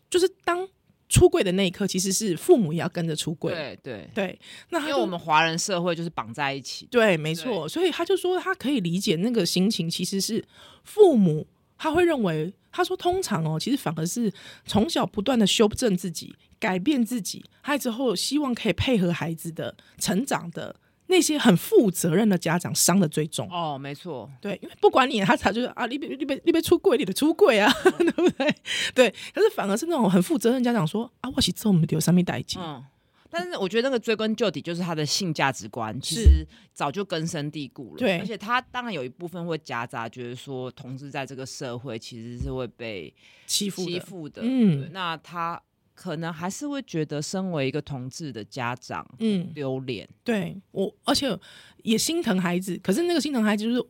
[SPEAKER 1] 就是当出柜的那一刻，其实是父母也要跟着出柜。
[SPEAKER 2] 对对，
[SPEAKER 1] 对，那
[SPEAKER 2] 因
[SPEAKER 1] 他
[SPEAKER 2] 为
[SPEAKER 1] 就
[SPEAKER 2] 我们华人社会就是绑在一起的。
[SPEAKER 1] 对，没错，所以他就说他可以理解那个心情，其实是父母他会认为，他说通常哦，其实反而是从小不断的修正自己、改变自己，还有之后希望可以配合孩子的成长的那些很负责任的家长伤的最重。
[SPEAKER 2] 哦，没错，
[SPEAKER 1] 对，因为不管你，他才就是啊，你别你别你别出柜，你得出柜啊，
[SPEAKER 2] 嗯
[SPEAKER 1] 对不对？对，可是反而是那种很负责任的家长说啊，我是做我们有上面代金，
[SPEAKER 2] 嗯。但是我觉得那个追根究底就是他的性价值观，其实早就根深蒂固了。
[SPEAKER 1] 对
[SPEAKER 2] 而且他当然有一部分会夹杂，觉得说同志在这个社会其实是会被
[SPEAKER 1] 欺负
[SPEAKER 2] 欺
[SPEAKER 1] 的，
[SPEAKER 2] 负的。
[SPEAKER 1] 嗯
[SPEAKER 2] 对那他可能还是会觉得身为一个同志的家长
[SPEAKER 1] 嗯。
[SPEAKER 2] 丢脸。
[SPEAKER 1] 对我，而且也心疼孩子。可是那个心疼孩子，就是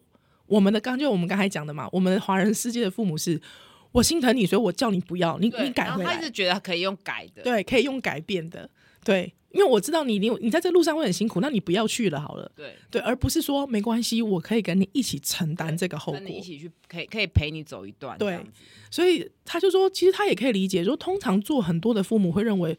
[SPEAKER 1] 我们的刚就我们刚才讲的嘛，我们华人世界的父母是，我心疼你，所以我叫你不要，你
[SPEAKER 2] 对
[SPEAKER 1] 你改
[SPEAKER 2] 然
[SPEAKER 1] 回
[SPEAKER 2] 后他
[SPEAKER 1] 来
[SPEAKER 2] 一，直觉得可以用改的。
[SPEAKER 1] 对，可以用改变的，对，因为我知道你你你在这路上会很辛苦，那你不要去了好了，
[SPEAKER 2] 对，
[SPEAKER 1] 对，而不是说没关系，我可以跟你一起承担这个后
[SPEAKER 2] 跟你一
[SPEAKER 1] 果。
[SPEAKER 2] 起去，可以可以陪你走一段。
[SPEAKER 1] 对
[SPEAKER 2] 这样子
[SPEAKER 1] 所以他就说，其实他也可以理解，说通常做很多的父母会认为，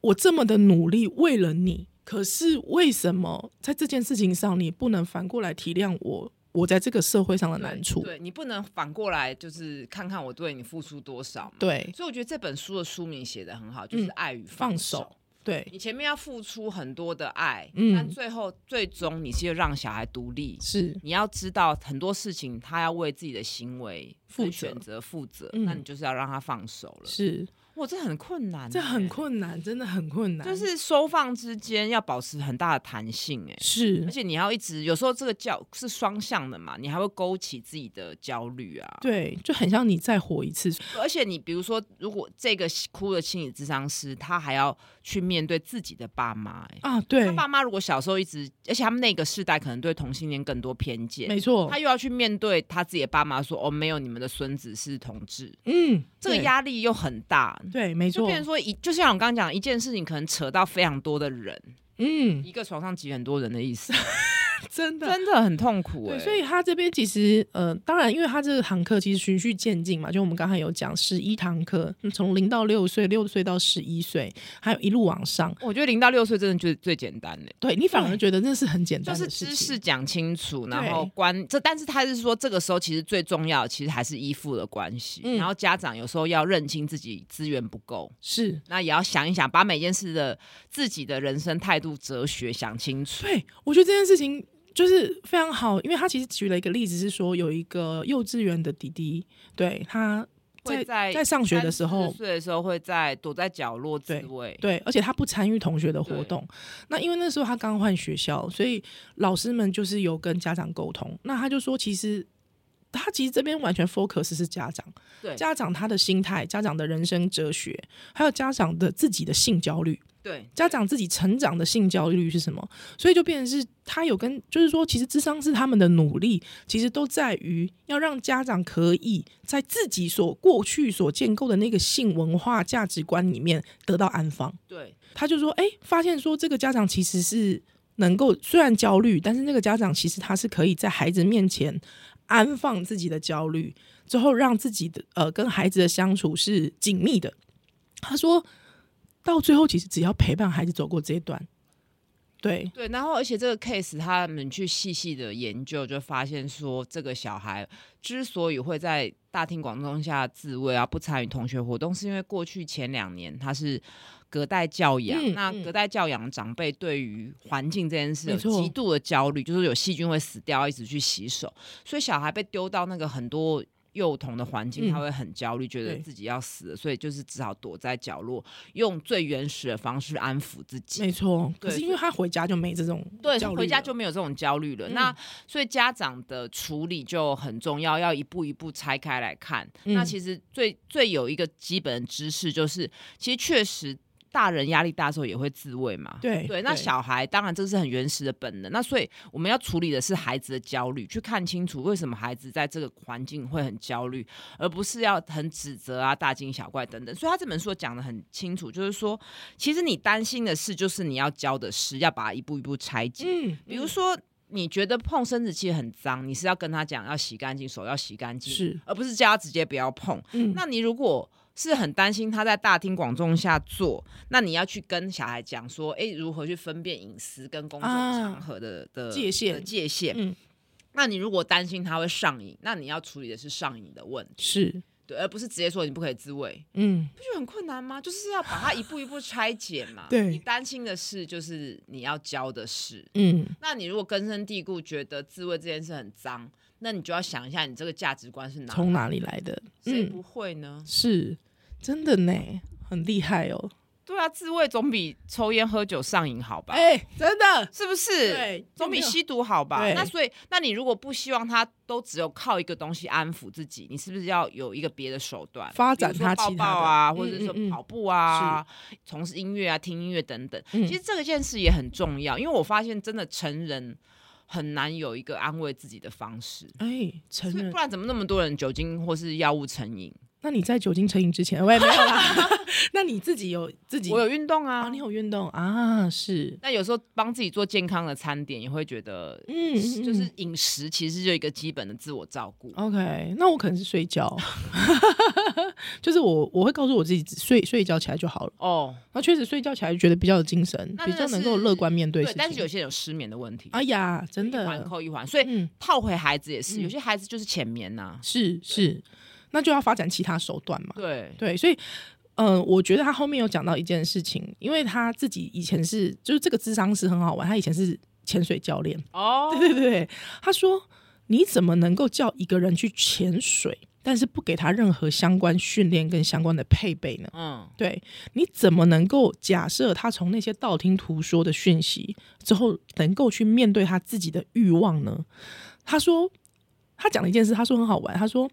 [SPEAKER 1] 我这么的努力为了你，可是为什么在这件事情上你不能反过来体谅我？我在这个社会上的难处，
[SPEAKER 2] 对你不能反过来就是看看我对你付出多少嘛。
[SPEAKER 1] 对
[SPEAKER 2] 所以我觉得这本书的书名写的很好，就是
[SPEAKER 1] 嗯
[SPEAKER 2] 《爱与
[SPEAKER 1] 放
[SPEAKER 2] 手》
[SPEAKER 1] 手，对，
[SPEAKER 2] 你前面要付出很多的爱，
[SPEAKER 1] 嗯
[SPEAKER 2] 但最后最终你是要让小孩独立。
[SPEAKER 1] 是，
[SPEAKER 2] 你要知道很多事情，他要为自己的行为
[SPEAKER 1] 负
[SPEAKER 2] 跟
[SPEAKER 1] 责
[SPEAKER 2] 选择负责，
[SPEAKER 1] 嗯
[SPEAKER 2] 那你就是要让他放手了。
[SPEAKER 1] 是，
[SPEAKER 2] 哇，这很困难欸，
[SPEAKER 1] 这很困难，真的很困难。
[SPEAKER 2] 就是收放之间要保持很大的弹性，哎，
[SPEAKER 1] 是
[SPEAKER 2] 而，且你要一直有时候这个焦是双向的嘛，你还会勾起自己的焦虑啊。
[SPEAKER 1] 对，就很像你再活一次。
[SPEAKER 2] 而且你比如说，如果这个哭的心理智商师，他还要去面对自己的爸妈、欸，
[SPEAKER 1] 啊，对
[SPEAKER 2] 他，爸妈如果小时候一直，而且他们那个世代可能对同性恋更多偏见，
[SPEAKER 1] 没错
[SPEAKER 2] 他，又要去面对他自己的爸妈说，哦，没有，你们的孙子是同志，
[SPEAKER 1] 嗯，
[SPEAKER 2] 这个
[SPEAKER 1] 对
[SPEAKER 2] 压力又很大。
[SPEAKER 1] 对，没
[SPEAKER 2] 就
[SPEAKER 1] 错
[SPEAKER 2] 变，成说一，就像我刚刚讲，一件事情可能扯到非常多的人，
[SPEAKER 1] 嗯，
[SPEAKER 2] 一个床上挤很多人的意思，
[SPEAKER 1] 真的。
[SPEAKER 2] 真的很痛苦哎、
[SPEAKER 1] 对，所以他这边其实呃，当然，因为他这个堂课其实循序渐进嘛，就我们刚才有讲十一堂课，嗯从零到六岁，六岁到十一岁，还有一路往上。
[SPEAKER 2] 我觉得零到六岁真的就是最简单的、
[SPEAKER 1] 对你反而觉得那是很简
[SPEAKER 2] 就
[SPEAKER 1] 单
[SPEAKER 2] 是
[SPEAKER 1] 的事
[SPEAKER 2] 知
[SPEAKER 1] 情，
[SPEAKER 2] 识讲清楚，然后
[SPEAKER 1] 对
[SPEAKER 2] 关这，但是他是说这个时候其实最重要的，其实还是依附的关系。
[SPEAKER 1] 嗯
[SPEAKER 2] 然后家长有时候要认清自己资源不够，
[SPEAKER 1] 是
[SPEAKER 2] 那也要想一想，把每件事的自己的人生态度、哲学想清楚。
[SPEAKER 1] 对，我觉得这件事情就是非常好，因为他其实举了一个例子，是说有一个幼稚园的弟弟，对他
[SPEAKER 2] 会
[SPEAKER 1] 在
[SPEAKER 2] 在
[SPEAKER 1] 在上学的时候
[SPEAKER 2] 30，岁的时候会在躲在角落自
[SPEAKER 1] 对
[SPEAKER 2] 慰。
[SPEAKER 1] 对，而且他不参与同学的活动。那因为那时候他刚换学校，所以老师们就是有跟家长沟通。那他就说，其实他其实这边完全 focus 是家长，
[SPEAKER 2] 对
[SPEAKER 1] 家长他的心态、家长的人生哲学，还有家长的自己的性焦虑。
[SPEAKER 2] 对
[SPEAKER 1] 家长自己成长的性焦虑是什么？所以就变成是他有跟，就是说，其实智商是他们的努力，其实都在于要让家长可以在自己所过去所建构的那个性文化价值观里面得到安放。
[SPEAKER 2] 对
[SPEAKER 1] 他就说，哎、发现说这个家长其实是能够虽然焦虑，但是那个家长其实他是可以在孩子面前安放自己的焦虑，之后让自己的呃跟孩子的相处是紧密的。他说到最后，其实只要陪伴孩子走过这一段，对
[SPEAKER 2] 对，然后而且这个 case 他们去细细的研究，就发现说这个小孩之所以会在大庭广众下自慰啊，不参与同学活动，是因为过去前两年他是隔代教养，
[SPEAKER 1] 嗯
[SPEAKER 2] 那
[SPEAKER 1] 嗯
[SPEAKER 2] 隔代教养长辈对于环境这件事
[SPEAKER 1] 没
[SPEAKER 2] 有
[SPEAKER 1] 错
[SPEAKER 2] 极度的焦虑，就是有细菌会死掉，要一直去洗手，所以小孩被丢到那个很多。幼童的环境，
[SPEAKER 1] 嗯
[SPEAKER 2] 他会很焦虑，觉得
[SPEAKER 1] 对
[SPEAKER 2] 自己要死了，所以就是只好躲在角落，用最原始的方式安抚自己。
[SPEAKER 1] 没错。
[SPEAKER 2] 对
[SPEAKER 1] 可是因为他回家就没这种
[SPEAKER 2] 对
[SPEAKER 1] 焦，虑
[SPEAKER 2] 回家
[SPEAKER 1] 了
[SPEAKER 2] 就没有这种焦虑了。
[SPEAKER 1] 嗯
[SPEAKER 2] 那所以家长的处理就很重要，要一步一步拆开来看。
[SPEAKER 1] 嗯
[SPEAKER 2] 那其实最最有一个基本的知识就是，其实确实大人压力大的时候也会自慰嘛。
[SPEAKER 1] 对
[SPEAKER 2] 对，那小孩当然这是很原始的本能。那所以我们要处理的是孩子的焦虑，去看清楚为什么孩子在这个环境会很焦虑，而不是要很指责啊、大惊小怪等等。所以他这本书讲的很清楚，就是说，其实你担心的事就是你要教的事，要把它一步一步拆解。
[SPEAKER 1] 嗯，
[SPEAKER 2] 比如说。你觉得碰生殖器很脏，你是要跟他讲要洗干净，手要洗干净，
[SPEAKER 1] 是
[SPEAKER 2] 而不是叫他直接不要碰。
[SPEAKER 1] 嗯
[SPEAKER 2] 那你如果是很担心他在大庭广众下做，那你要去跟小孩讲说，哎、如何去分辨隐私跟公众
[SPEAKER 1] 啊
[SPEAKER 2] 场合的、的
[SPEAKER 1] 界限
[SPEAKER 2] 的界限。
[SPEAKER 1] 嗯
[SPEAKER 2] 那你如果担心他会上瘾，那你要处理的是上瘾的问题，
[SPEAKER 1] 是
[SPEAKER 2] 对，而不是直接说你不可以自慰，
[SPEAKER 1] 嗯。
[SPEAKER 2] 不觉得很困难吗？就是要把它一步一步拆解嘛
[SPEAKER 1] 对
[SPEAKER 2] 你担心的事就是你要教的事。
[SPEAKER 1] 嗯
[SPEAKER 2] 那你如果根深蒂固觉得自慰这件事很脏，那你就要想一下，你这个价值观是哪？
[SPEAKER 1] 从哪里来的？
[SPEAKER 2] 谁
[SPEAKER 1] 嗯
[SPEAKER 2] 不会呢？
[SPEAKER 1] 是真的呢，很厉害哦。
[SPEAKER 2] 对啊，自慰总比抽烟喝酒上瘾好吧？
[SPEAKER 1] 哎、真的，
[SPEAKER 2] 是不是
[SPEAKER 1] 对？
[SPEAKER 2] 总比
[SPEAKER 1] 有没有
[SPEAKER 2] 吸毒好吧？
[SPEAKER 1] 对
[SPEAKER 2] 那所以，那你如果不希望他都只有靠一个东西安抚自己，你是不是要有一个别的手段，
[SPEAKER 1] 发展
[SPEAKER 2] 比如说
[SPEAKER 1] 他其他的
[SPEAKER 2] 抱抱啊，
[SPEAKER 1] 嗯
[SPEAKER 2] 或者是
[SPEAKER 1] 嗯嗯
[SPEAKER 2] 说跑步啊，从事音乐啊，听音乐等等。
[SPEAKER 1] 嗯
[SPEAKER 2] 其实这个件事也很重要，因为我发现真的成人很难有一个安慰自己的方式，
[SPEAKER 1] 哎、成
[SPEAKER 2] 所以
[SPEAKER 1] 人
[SPEAKER 2] 不。然怎么那么多人酒精或是药物成瘾？
[SPEAKER 1] 那你在酒精成瘾之前，我也没有 啦。 那你自己有自己
[SPEAKER 2] 我有运动
[SPEAKER 1] 啊？
[SPEAKER 2] 啊
[SPEAKER 1] 你。有运动啊？是，
[SPEAKER 2] 那有时候帮自己做健康的餐点，也会觉得
[SPEAKER 1] 嗯，嗯
[SPEAKER 2] 就
[SPEAKER 1] 哦
[SPEAKER 2] 是饮食其实就一个基本的自我照顾。
[SPEAKER 1] OK。那我可能是睡觉， 就是我我会告诉我自己睡睡一觉起来就好了。
[SPEAKER 2] 哦，
[SPEAKER 1] 那确实睡觉起来就觉得比较有精神，
[SPEAKER 2] 那
[SPEAKER 1] 比
[SPEAKER 2] 真的
[SPEAKER 1] 较能
[SPEAKER 2] 是
[SPEAKER 1] 够乐观面对事
[SPEAKER 2] 对，
[SPEAKER 1] 情。
[SPEAKER 2] 但是有些人有失眠的问题，
[SPEAKER 1] 哎呀，真
[SPEAKER 2] 一环
[SPEAKER 1] 的，
[SPEAKER 2] 扣一环，所以
[SPEAKER 1] 嗯，
[SPEAKER 2] 套回孩子也是，
[SPEAKER 1] 嗯
[SPEAKER 2] 有些孩子就是浅眠呐、
[SPEAKER 1] 是是，那就要发展其他手段嘛。
[SPEAKER 2] 对，
[SPEAKER 1] 对，所以。呃，我觉得他后面有讲到一件事情，因为他自己以前是，就是这个智商是很好玩，他以前是潜水教练，
[SPEAKER 2] 哦，
[SPEAKER 1] 对对对，他说你怎么能够叫一个人去潜水？但是不给他任何相关训练跟相关的配备呢？
[SPEAKER 2] 嗯，
[SPEAKER 1] 对，你怎么能够假设他从那些道听途说的讯息之后，能够去面对他自己的欲望呢？他说，他讲了一件事，他说很好玩，他说。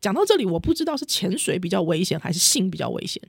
[SPEAKER 1] 讲到这里，我不知道是潜水比较危险还是性比较危险。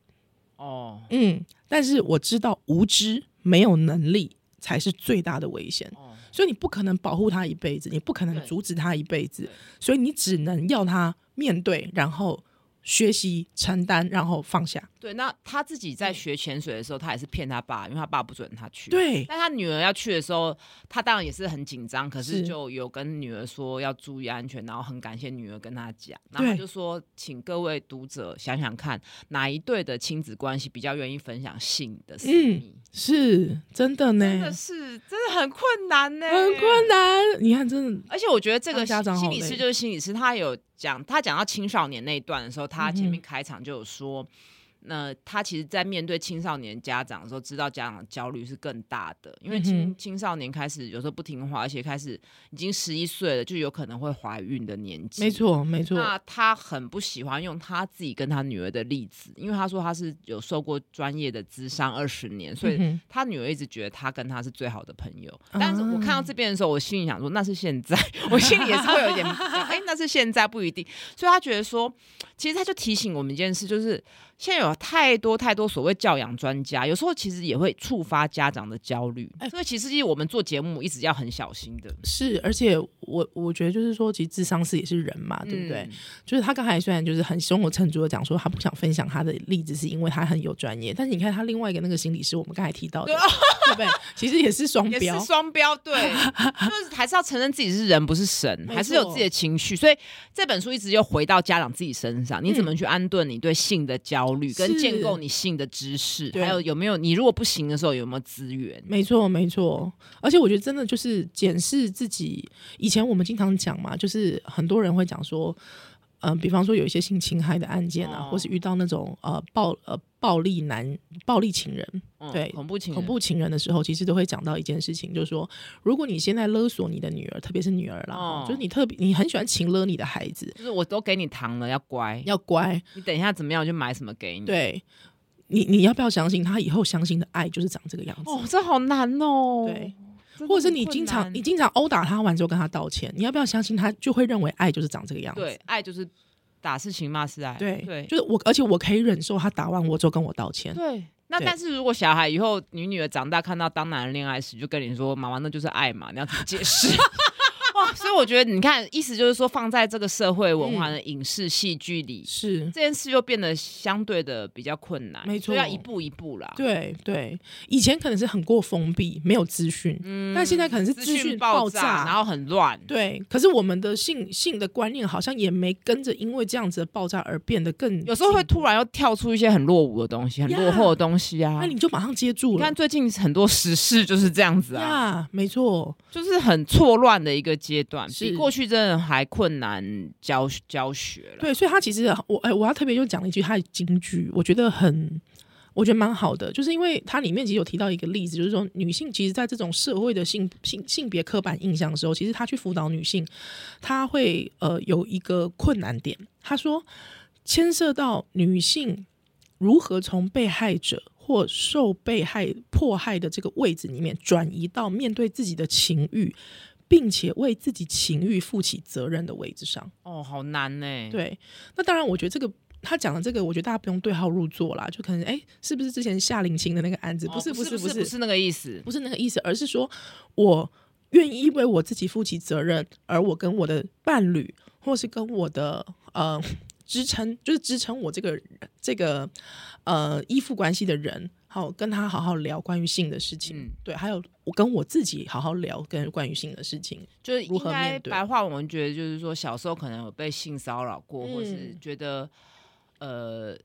[SPEAKER 2] 哦
[SPEAKER 1] 嗯，但是我知道无知、没有能力才是最大的危险。
[SPEAKER 2] 哦，
[SPEAKER 1] 所以你不可能保护他一辈子，你不可能
[SPEAKER 2] 对
[SPEAKER 1] 阻止他一辈子
[SPEAKER 2] 对，
[SPEAKER 1] 所以你只能要他面对，然后学习承担，然后放下。
[SPEAKER 2] 对，那他自己
[SPEAKER 1] 嗯
[SPEAKER 2] 在学潜水的时候，他也是骗他爸，因为他爸不准他去。。
[SPEAKER 1] 对，
[SPEAKER 2] 但他女儿要去的时候，他当然也是很紧张，可是
[SPEAKER 1] 是
[SPEAKER 2] 就有跟女儿说要注意安全，然后很感谢女儿跟他讲，然后
[SPEAKER 1] 对
[SPEAKER 2] 他就说，请各位读者想想看，哪一对的亲子关系比较愿意分享性的私
[SPEAKER 1] 嗯
[SPEAKER 2] 密？
[SPEAKER 1] 是真的
[SPEAKER 2] 真
[SPEAKER 1] 呢
[SPEAKER 2] 的，是，真的很困难呢、
[SPEAKER 1] 很困难。你看，真的
[SPEAKER 2] 而且我觉得这个
[SPEAKER 1] 当家长好
[SPEAKER 2] 心理
[SPEAKER 1] 累
[SPEAKER 2] 师就是心理师，他有讲，他讲到青少年那一段的时候，他前面开场就有说，那、他其实，在面对青少年家长的时候，知道家长焦虑是更大的，因为青、
[SPEAKER 1] 嗯哼
[SPEAKER 2] 青少年开始有时候不听话，而且开始已经十一岁了，就有可能会怀孕的年纪，
[SPEAKER 1] 没。错，没错，
[SPEAKER 2] 那他很不喜欢用他自己跟他女儿的例子，因为他说他是有受过专业的咨商二十年，所以
[SPEAKER 1] 嗯
[SPEAKER 2] 他女儿一直觉得他跟他是最好的朋友，但是我看到这边的时候，我心里想说那是现在， 我心里也是会有一点， 哎、那是现在不一定，所以他觉得说，其实他就提醒我们一件事，就是现在有太多太多所谓教养专家，有时候其实也会触发家长的焦虑，
[SPEAKER 1] 哎
[SPEAKER 2] 这个其实是我们做节目一直要很小心的，
[SPEAKER 1] 是，而且我我觉得就是说，其实智商是也是人嘛，对不对？
[SPEAKER 2] 嗯？
[SPEAKER 1] 就是他刚才虽然就是很胸有成竹的讲说他不想分享他的例子，是因为他很有专业，但是你看他另外一个那个心理师，我们刚才提到 的，
[SPEAKER 2] 对
[SPEAKER 1] 对不对？其实也是双
[SPEAKER 2] 也
[SPEAKER 1] 标
[SPEAKER 2] 是，双标， 对，就是还是要承认自己是人，不是神，
[SPEAKER 1] 没
[SPEAKER 2] 还是有自己的情绪。所以这本书一直又回到家长自己身上，你怎么去安顿你对性的焦虑，
[SPEAKER 1] 嗯
[SPEAKER 2] 跟
[SPEAKER 1] 是
[SPEAKER 2] 建构你性的知识，
[SPEAKER 1] 对
[SPEAKER 2] 还有有没有你如果不行的时候有没有资源？
[SPEAKER 1] 没错，没错。而且我觉得真的就是检视自己。以前我们经常讲嘛，就是很多人会讲说，嗯、比方说有一些性侵害的案件啊，
[SPEAKER 2] 哦
[SPEAKER 1] 或是遇到那种呃暴呃暴力男、暴力情人、
[SPEAKER 2] 嗯
[SPEAKER 1] 对
[SPEAKER 2] 恐怖情人
[SPEAKER 1] 恐怖情人的时候，其实都会讲到一件事情，就是说，如果你现在勒索你的女儿，特别是女儿啦，
[SPEAKER 2] 哦
[SPEAKER 1] 就是你特别你很喜欢情勒你的孩子，
[SPEAKER 2] 就是我都给你糖了，要乖，
[SPEAKER 1] 要乖，
[SPEAKER 2] 你等一下怎么样我就买什么给你。，
[SPEAKER 1] 对你你要不要相信他以后相信的爱就是长这个样子？
[SPEAKER 2] 哦，这好难哦。
[SPEAKER 1] 对
[SPEAKER 2] 真的很困难，
[SPEAKER 1] 或者是你经常你经常殴打他完之后跟他道歉，你要不要相信他就会认为爱就是长这个样子？
[SPEAKER 2] 对爱就是打是情，骂是爱，
[SPEAKER 1] 对
[SPEAKER 2] 对，
[SPEAKER 1] 就是我，而且我可以忍受他打完我之后跟我道歉。
[SPEAKER 2] 对，那
[SPEAKER 1] 对
[SPEAKER 2] 但是如果小孩以后你女儿长大看到当男人恋爱时，就跟你说妈妈那就是爱嘛，你要怎么解释？ 哇，所以我觉得你看，意思就是说放在这个社会文化
[SPEAKER 1] 嗯
[SPEAKER 2] 的影视戏剧里，
[SPEAKER 1] 是，
[SPEAKER 2] 这件事就变得相对的比较困难，
[SPEAKER 1] 没错
[SPEAKER 2] 所以要一步一步啦。
[SPEAKER 1] 对对，以前可能是很过封闭，没有资讯，
[SPEAKER 2] 嗯
[SPEAKER 1] 但现在可能是资讯爆炸
[SPEAKER 2] 然后很乱。
[SPEAKER 1] 对。可是我们的性性的观念好像也没跟着因为这样子的爆炸而变得更，
[SPEAKER 2] 有时候会突然又跳出一些很落伍的东西，很落后的东西啊。
[SPEAKER 1] 那你就马上接住
[SPEAKER 2] 你
[SPEAKER 1] 了。
[SPEAKER 2] 看最近很多时事就是这样子啊。
[SPEAKER 1] 呀，没错，
[SPEAKER 2] 就是很错乱的一个阶段，
[SPEAKER 1] 是
[SPEAKER 2] 比过去真的还困难教教学了。
[SPEAKER 1] 对，所以他其实我哎、我要特别就讲了一句他的金句，我觉得很，我觉得蛮好的，就是因为它里面其实有提到一个例子，就是说女性其实在这种社会的性性性别刻板印象的时候，其实他去辅导女性，他会呃有一个困难点，他说牵涉到女性如何从被害者。或受被害迫害的这个位置里面，转移到面对自己的情欲，并且为自己情欲负起责任的位置上。
[SPEAKER 2] 哦，好难呢、，
[SPEAKER 1] 对，那当然，我觉得这个他讲的这个，我觉得大家不用对号入座啦，就可能哎、诶是不是之前夏令清的那个案子？
[SPEAKER 2] 不
[SPEAKER 1] 不是，
[SPEAKER 2] 哦不
[SPEAKER 1] 是，
[SPEAKER 2] 不
[SPEAKER 1] 不
[SPEAKER 2] 不是那个意思。
[SPEAKER 1] 不是那个意思，而是说我愿意为我自己负起责任，而我跟我的伴侣，或是跟我的呃支撑，就是支撑我这个这个呃依附关系的人，好跟他好好聊关于性的事情。
[SPEAKER 2] 嗯
[SPEAKER 1] 对，还有我跟我自己好好聊跟关于性的事情。
[SPEAKER 2] 就是
[SPEAKER 1] 如
[SPEAKER 2] 应
[SPEAKER 1] 何
[SPEAKER 2] 该
[SPEAKER 1] 面对
[SPEAKER 2] 白话，我们觉得就是说，小时候可能有被性骚扰过，
[SPEAKER 1] 嗯
[SPEAKER 2] 或是觉得呃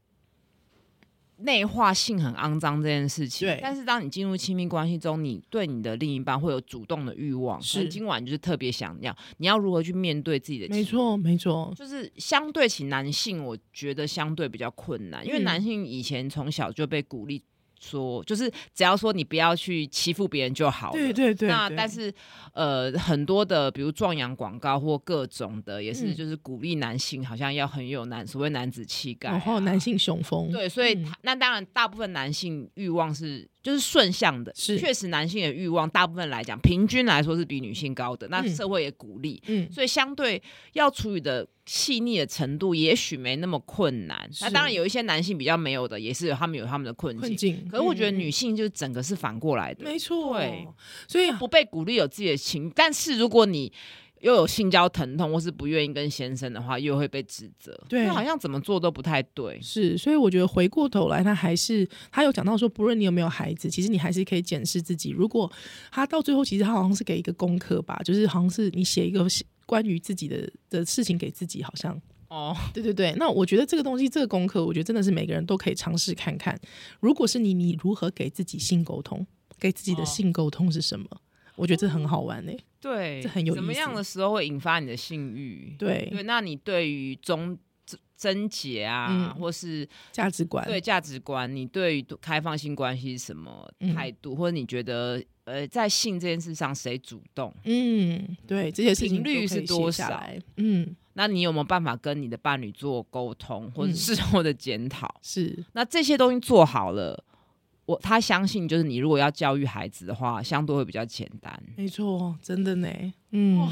[SPEAKER 2] 内化性很肮脏这件事情
[SPEAKER 1] 对。
[SPEAKER 2] 但是当你进入亲密关系中，你对你的另一半会有主动的欲望，
[SPEAKER 1] 是
[SPEAKER 2] 可能今晚就是特别想要，你要如何去面对自己的？
[SPEAKER 1] 没，错，没错，
[SPEAKER 2] 就是相对起男性，我觉得相对比较困难，因为
[SPEAKER 1] 嗯
[SPEAKER 2] 男性以前从小就被鼓励。说，就是只要说你不要去欺负别人就好了。
[SPEAKER 1] 对对对，
[SPEAKER 2] 那
[SPEAKER 1] 对
[SPEAKER 2] 但是呃，很多的比如壮阳广告或各种的，也是
[SPEAKER 1] 嗯
[SPEAKER 2] 就是鼓励男性好像要很有男所谓男子气概、啊，
[SPEAKER 1] 然后哦男性雄风，
[SPEAKER 2] 对，所以
[SPEAKER 1] 嗯
[SPEAKER 2] 他、那当然大部分男性欲望是就是顺向的，
[SPEAKER 1] 是
[SPEAKER 2] 确实男性的欲望大部分来讲，平均来说是比女性高的，那
[SPEAKER 1] 嗯
[SPEAKER 2] 社会也鼓励，
[SPEAKER 1] 嗯，
[SPEAKER 2] 所以相对要处理的细腻的程度，也许没那么困难。那
[SPEAKER 1] 是
[SPEAKER 2] 当然有一些男性比较没有的，也是有他们有他们的困境。
[SPEAKER 1] 困境。
[SPEAKER 2] 可是我觉得
[SPEAKER 1] 嗯
[SPEAKER 2] 女性就是整个是反过来的，
[SPEAKER 1] 没错，
[SPEAKER 2] 对，
[SPEAKER 1] 所以
[SPEAKER 2] 不被鼓励有自己的情，但是如果你又有性交疼痛，或是不愿意跟先生的话，又会被指责。
[SPEAKER 1] 对
[SPEAKER 2] 就好像怎么做都不太对。
[SPEAKER 1] 是，所以我觉得回过头来，他还是他有讲到说，不论你有没有孩子，其实你还是可以检视自己。如果他到最后，其实他好像是给一个功课吧，就是好像是你写一个关于自己的的事情给自己，好像
[SPEAKER 2] 哦，
[SPEAKER 1] 对对对。那我觉得这个东西，这个功课，我觉得真的是每个人都可以尝试看看。如果是你，你如何给自己性沟通？给自己的
[SPEAKER 2] 哦
[SPEAKER 1] 性沟通是什么？我觉得这很好玩呢、欸
[SPEAKER 2] 对，
[SPEAKER 1] 这很有
[SPEAKER 2] 怎么
[SPEAKER 1] 意思
[SPEAKER 2] 样的时候会引发你的性欲？
[SPEAKER 1] 对，
[SPEAKER 2] 那你对于中贞贞洁啊，
[SPEAKER 1] 嗯
[SPEAKER 2] 或是
[SPEAKER 1] 价值观，
[SPEAKER 2] 对价值观，你对于开放性关系是什么
[SPEAKER 1] 嗯
[SPEAKER 2] 态度，或者你觉得呃，在性这件事上谁主动？
[SPEAKER 1] 嗯，对，这些事情
[SPEAKER 2] 频率
[SPEAKER 1] 都可以
[SPEAKER 2] 是多
[SPEAKER 1] 写下
[SPEAKER 2] 少
[SPEAKER 1] 来？嗯，
[SPEAKER 2] 那你有没有办法跟你的伴侣做沟通，或者
[SPEAKER 1] 嗯
[SPEAKER 2] 事后的检讨？
[SPEAKER 1] 是。
[SPEAKER 2] 那这些东西做好了，我他相信就是你如果要教育孩子的话，相对会比较简单。
[SPEAKER 1] 没错，哦真的呢，嗯。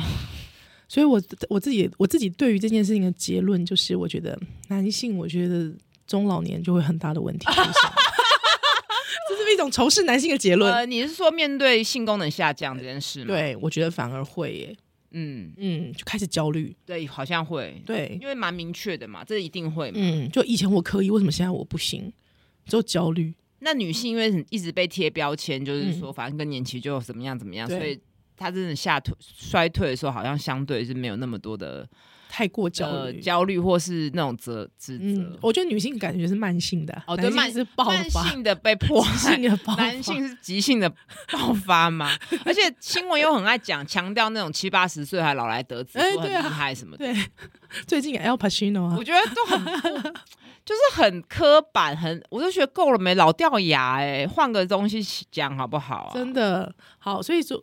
[SPEAKER 1] 所以我，我自己我自己对于这件事情的结论就是，我觉得男性，我觉得中老年就会很大的问题出 现。这是不是一种仇视男性的结论？
[SPEAKER 2] 呃，你是说面对性功能下降这件事吗？，
[SPEAKER 1] 对，我觉得反而会耶，
[SPEAKER 2] 嗯，
[SPEAKER 1] 嗯，就开始焦虑，
[SPEAKER 2] 对，好像会，
[SPEAKER 1] 对，
[SPEAKER 2] 因为蛮明确的嘛，这一定会嘛。
[SPEAKER 1] 嗯，就以前我可以，为什么现在我不行？就焦虑，
[SPEAKER 2] 那女性因为很一直被贴标签，就是说反正更年期就怎么样怎么样，
[SPEAKER 1] 嗯对
[SPEAKER 2] 所以她真的下退衰退的时候，好像相对是没有那么多的
[SPEAKER 1] 太过焦
[SPEAKER 2] 呃
[SPEAKER 1] 虑，
[SPEAKER 2] 焦虑或是那种责指
[SPEAKER 1] 嗯
[SPEAKER 2] 责，。
[SPEAKER 1] 我觉得女性感觉是慢性的，
[SPEAKER 2] 哦对
[SPEAKER 1] 男性是爆
[SPEAKER 2] 慢
[SPEAKER 1] 发，
[SPEAKER 2] 性 的被迫害
[SPEAKER 1] 性，的爆发，
[SPEAKER 2] 男性是急性的爆发吗？而且新闻又很爱讲，强调那种七八十岁还老来得子，
[SPEAKER 1] 哎
[SPEAKER 2] 说很
[SPEAKER 1] 对
[SPEAKER 2] 厉
[SPEAKER 1] 啊
[SPEAKER 2] 害什么的，
[SPEAKER 1] 对，最近 Al Pacino 啊
[SPEAKER 2] 我，觉得都很就是很刻板，很我就觉得够了没，老掉牙哎、换个东西讲好不好、啊？
[SPEAKER 1] 真的好，所以说，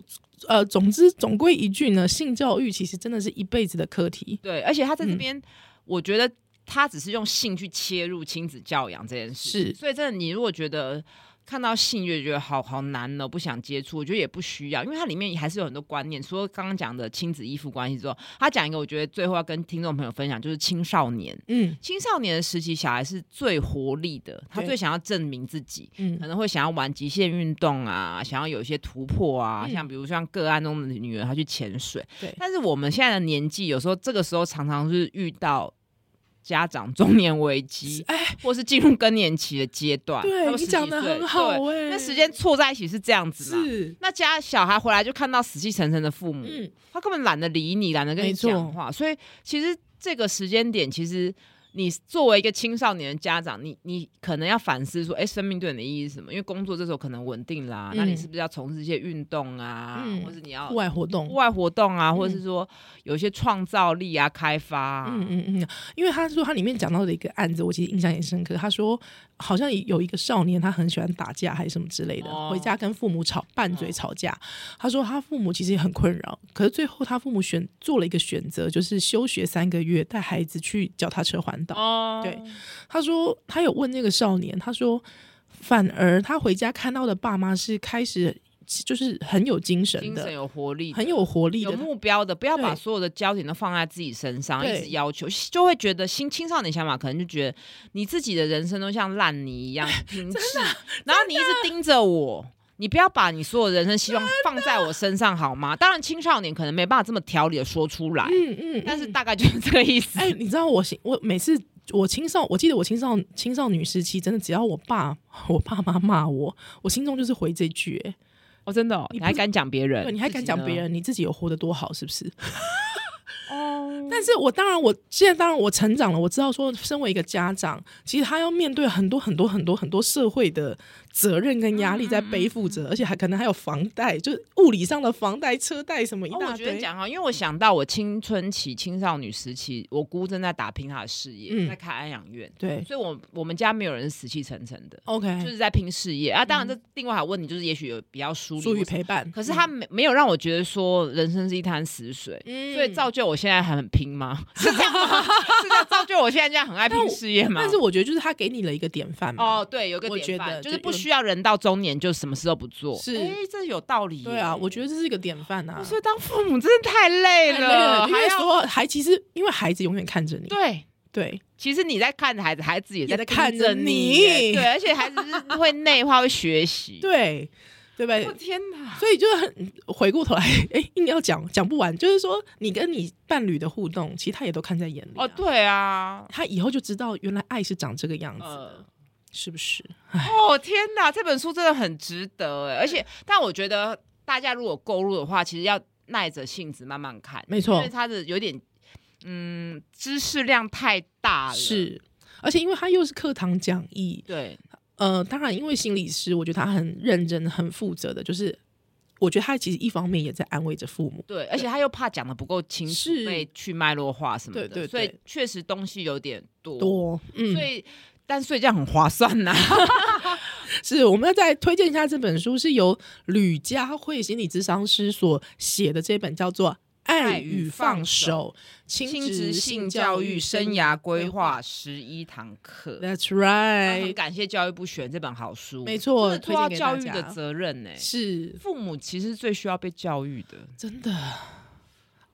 [SPEAKER 1] 呃，总之总归一句呢，性教育其实真的是一辈子的课题。
[SPEAKER 2] 对，而且他在
[SPEAKER 1] 嗯
[SPEAKER 2] 这边，我觉得他只是用性去切入亲子教养这件事，
[SPEAKER 1] 是
[SPEAKER 2] 所以真的，你如果觉得。看到性就觉得好好难哦，不想接触。我觉得也不需要，因为它里面还是有很多观念。除了刚刚讲的亲子依附关系之后，他讲一个，我觉得最后要跟听众朋友分享，就是青少年。
[SPEAKER 1] 嗯
[SPEAKER 2] 青少年的时期，小孩是最活力的，他
[SPEAKER 1] 对
[SPEAKER 2] 最想要证明自己，可
[SPEAKER 1] 嗯，
[SPEAKER 2] 能会想要玩极限运动啊，想要有一些突破啊，
[SPEAKER 1] 嗯
[SPEAKER 2] 像比如像个案中的女儿，她去潜水。
[SPEAKER 1] 对
[SPEAKER 2] 但是我们现在的年纪，有时候这个时候常常是遇到家长中年危机，
[SPEAKER 1] 哎，
[SPEAKER 2] 或是进入更年期的阶段。
[SPEAKER 1] 对
[SPEAKER 2] 他们
[SPEAKER 1] 你
[SPEAKER 2] 十几
[SPEAKER 1] 讲的
[SPEAKER 2] 岁
[SPEAKER 1] 很好
[SPEAKER 2] 对
[SPEAKER 1] 哎、
[SPEAKER 2] 那时间错在一起是这样子嘛？
[SPEAKER 1] 是
[SPEAKER 2] 那家小孩回来就看到死气沉沉的父母，
[SPEAKER 1] 嗯
[SPEAKER 2] 他根本懒得理你，懒得跟你
[SPEAKER 1] 没错
[SPEAKER 2] 讲话。所以其实这个时间点，其实你作为一个青少年的家长，你你可能要反思说，哎、生命对你的意义是什么？因为工作这时候可能稳定啦，
[SPEAKER 1] 嗯
[SPEAKER 2] 那你是不是要从事一些运动啊，
[SPEAKER 1] 嗯
[SPEAKER 2] 或是你要
[SPEAKER 1] 户外活
[SPEAKER 2] 户
[SPEAKER 1] 动。
[SPEAKER 2] 外活动啊，
[SPEAKER 1] 嗯
[SPEAKER 2] 或者是说有一些创造力啊、开发啊？
[SPEAKER 1] 嗯嗯嗯，因为他说他里面讲到的一个案子，我其实印象也深刻。他说好像有一个少年，他很喜欢打架还是什么之类的，
[SPEAKER 2] 哦
[SPEAKER 1] 回家跟父母吵拌嘴
[SPEAKER 2] 哦
[SPEAKER 1] 吵架。他说他父母其实也很困扰，可是最后他父母选做了一个选择，就是休学三个月，带孩子去脚踏车环岛。
[SPEAKER 2] 哦
[SPEAKER 1] 对他说他有问那个少年，他说反而他回家看到的爸妈是开始就是很有精神
[SPEAKER 2] 精神
[SPEAKER 1] 的，
[SPEAKER 2] 有活力的，
[SPEAKER 1] 很有活力
[SPEAKER 2] 有
[SPEAKER 1] 的，
[SPEAKER 2] 目标的，不要把
[SPEAKER 1] 对
[SPEAKER 2] 所有的焦点都放在自己身上，
[SPEAKER 1] 对
[SPEAKER 2] 一直要求，就会觉得新青少年想法可能就觉得你自己的人生都像烂泥 一样平滞，然后你一直盯着我。你不要把你所有人生希望放在我身上好吗？当然，青少年可能没办法这么条理的说出来，
[SPEAKER 1] 嗯嗯，
[SPEAKER 2] 但是
[SPEAKER 1] 嗯
[SPEAKER 2] 大概就是这个意思。
[SPEAKER 1] 哎、你知道我心我每次我青少，我记得我青少青少女时期，真的只要我爸我爸妈骂我，我心中就是回这句、哎
[SPEAKER 2] 哦，真的、哦，你还敢讲别人？
[SPEAKER 1] 对，你还敢
[SPEAKER 2] 自己呢
[SPEAKER 1] 讲别？人，你自己有哦活得多好是不是？
[SPEAKER 2] 哦，
[SPEAKER 1] 但是我当然我，现在当然我成长了，我知道说，身为一个家长，其实他要面对很多很多很多很多社会的责任跟压力在背负
[SPEAKER 2] 嗯
[SPEAKER 1] 着，而且还可能还有房贷，就是物理上的房贷、车贷什么一
[SPEAKER 2] 哦，
[SPEAKER 1] 大
[SPEAKER 2] 我觉得
[SPEAKER 1] 堆。
[SPEAKER 2] 讲哈，因为我想到我青春期、青少女时期，我姑正在打拼她的事业，
[SPEAKER 1] 嗯
[SPEAKER 2] 在开安养院，
[SPEAKER 1] 对
[SPEAKER 2] 所以我我们家没有人是死气沉沉的，
[SPEAKER 1] ，OK，
[SPEAKER 2] 就是在拼事业啊。当然，这另外还有问题，就是也许有比较疏
[SPEAKER 1] 嗯疏
[SPEAKER 2] 离
[SPEAKER 1] 于
[SPEAKER 2] 或什么，
[SPEAKER 1] 陪伴。
[SPEAKER 2] 可是她没没有让我觉得说人生是一滩死水。
[SPEAKER 1] 嗯
[SPEAKER 2] 所以造就我现在还很拼吗？ 是这样吗？是这样造就我现在这样很爱
[SPEAKER 1] 但
[SPEAKER 2] 拼
[SPEAKER 1] 我
[SPEAKER 2] 事业吗？
[SPEAKER 1] 但是我觉得就是他给你了一个典范嘛。
[SPEAKER 2] 哦，对，有个
[SPEAKER 1] 我
[SPEAKER 2] 典
[SPEAKER 1] 觉
[SPEAKER 2] 范
[SPEAKER 1] 得
[SPEAKER 2] 就
[SPEAKER 1] 就是
[SPEAKER 2] 不
[SPEAKER 1] 有
[SPEAKER 2] 需要人到中年就什么事都不做。
[SPEAKER 1] 是
[SPEAKER 2] 哎，这有道理耶。
[SPEAKER 1] 对啊，我觉得这是一个典范啊。
[SPEAKER 2] 所以当父母真的太累
[SPEAKER 1] 太累了
[SPEAKER 2] 了，
[SPEAKER 1] 因为
[SPEAKER 2] 还要
[SPEAKER 1] 说还其实因为孩子永远看着你，
[SPEAKER 2] 对。
[SPEAKER 1] 对
[SPEAKER 2] 其实你在看着孩子，孩子也
[SPEAKER 1] 也
[SPEAKER 2] 在
[SPEAKER 1] 在看
[SPEAKER 2] 盯
[SPEAKER 1] 着
[SPEAKER 2] 你
[SPEAKER 1] 你
[SPEAKER 2] 耶。对，而且孩子是会内化、会学习。，
[SPEAKER 1] 对对不对
[SPEAKER 2] 我？天哪！
[SPEAKER 1] 所以就是很回过头来，哎、硬要讲讲不完，就是说你跟你伴侣的互动，其实他也都看在眼里、
[SPEAKER 2] 哦，，对啊，
[SPEAKER 1] 他以后就知道原来爱是长这个样子的，
[SPEAKER 2] 呃，
[SPEAKER 1] 是不是？
[SPEAKER 2] 哦天哪，这本书真的很值得哎，而且，但我觉得大家如果购入的话，其实要耐着性子慢慢看，
[SPEAKER 1] 没错
[SPEAKER 2] 因为它的有点，嗯，知识量太大了，，
[SPEAKER 1] 是，而且因为他又是课堂讲义，
[SPEAKER 2] 对，
[SPEAKER 1] 呃，当然因为心理师，我觉得他很认真、很负责的，就是我觉得他其实一方面也在安慰着父母，
[SPEAKER 2] 对，而且他又怕讲的不够清楚，
[SPEAKER 1] 是
[SPEAKER 2] 被去脉络化什么的，
[SPEAKER 1] 对对
[SPEAKER 2] 所以
[SPEAKER 1] 对
[SPEAKER 2] 确实东西有点多，
[SPEAKER 1] 多嗯
[SPEAKER 2] 所，以但所以这样很划算呐、
[SPEAKER 1] 是，我们要再推荐一下这本书，是由吕佳慧心理咨商师所写的这本叫做《爱与放手：
[SPEAKER 2] 亲职性教育生涯规划》。十一堂课。
[SPEAKER 1] That's
[SPEAKER 2] 啊很
[SPEAKER 1] right，
[SPEAKER 2] 感谢教育部选这本好书，
[SPEAKER 1] 没错
[SPEAKER 2] 真的拖到
[SPEAKER 1] 推荐给
[SPEAKER 2] 教
[SPEAKER 1] 大
[SPEAKER 2] 育
[SPEAKER 1] 家
[SPEAKER 2] 的责任呢、
[SPEAKER 1] 是
[SPEAKER 2] 父母其实最需要被教育的。
[SPEAKER 1] 真的。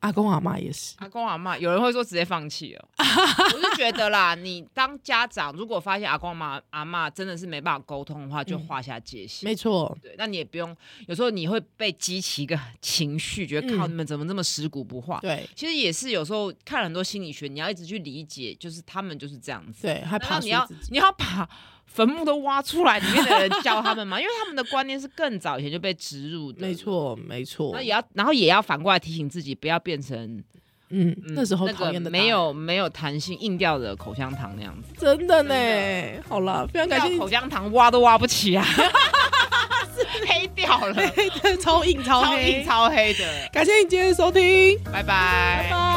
[SPEAKER 1] 阿公阿妈也是，
[SPEAKER 2] 阿公阿妈，有人会说直接放 弃哦，我是觉得啦，你当家长如果发现阿公阿妈阿妈真的是没办法沟通的话，就画下界限。
[SPEAKER 1] 嗯没错，
[SPEAKER 2] 对，那你也不用，有时候你会被激起一个情绪，觉得靠
[SPEAKER 1] 嗯
[SPEAKER 2] 你们怎么这么食古不化。
[SPEAKER 1] 对
[SPEAKER 2] 其实也是有时候看很多心理学，你要一直去理解，就是他们就是这样子。
[SPEAKER 1] 对，还
[SPEAKER 2] 难道
[SPEAKER 1] 爬
[SPEAKER 2] 你
[SPEAKER 1] 树
[SPEAKER 2] 要
[SPEAKER 1] 自己，
[SPEAKER 2] 你要把坟墓都挖出来，里面的人教他们吗？因为他们的观念是更早以前就被植入的，
[SPEAKER 1] 没。错没错
[SPEAKER 2] 那，也要，然后也要反过来提醒自己，不要变成、
[SPEAKER 1] 嗯，
[SPEAKER 2] 嗯
[SPEAKER 1] 那时候
[SPEAKER 2] 那
[SPEAKER 1] 讨
[SPEAKER 2] 个
[SPEAKER 1] 厌的
[SPEAKER 2] 没有没有弹性硬掉的口香糖那样子，
[SPEAKER 1] 大人，真的呢。好了，非常感谢
[SPEAKER 2] 掉
[SPEAKER 1] 你
[SPEAKER 2] 口，香糖挖都挖不起 啊， 黑掉了，
[SPEAKER 1] 超硬超
[SPEAKER 2] 超硬
[SPEAKER 1] 黑，
[SPEAKER 2] 超黑的。
[SPEAKER 1] 感谢你今天的收听，
[SPEAKER 2] 拜拜，
[SPEAKER 1] 拜拜。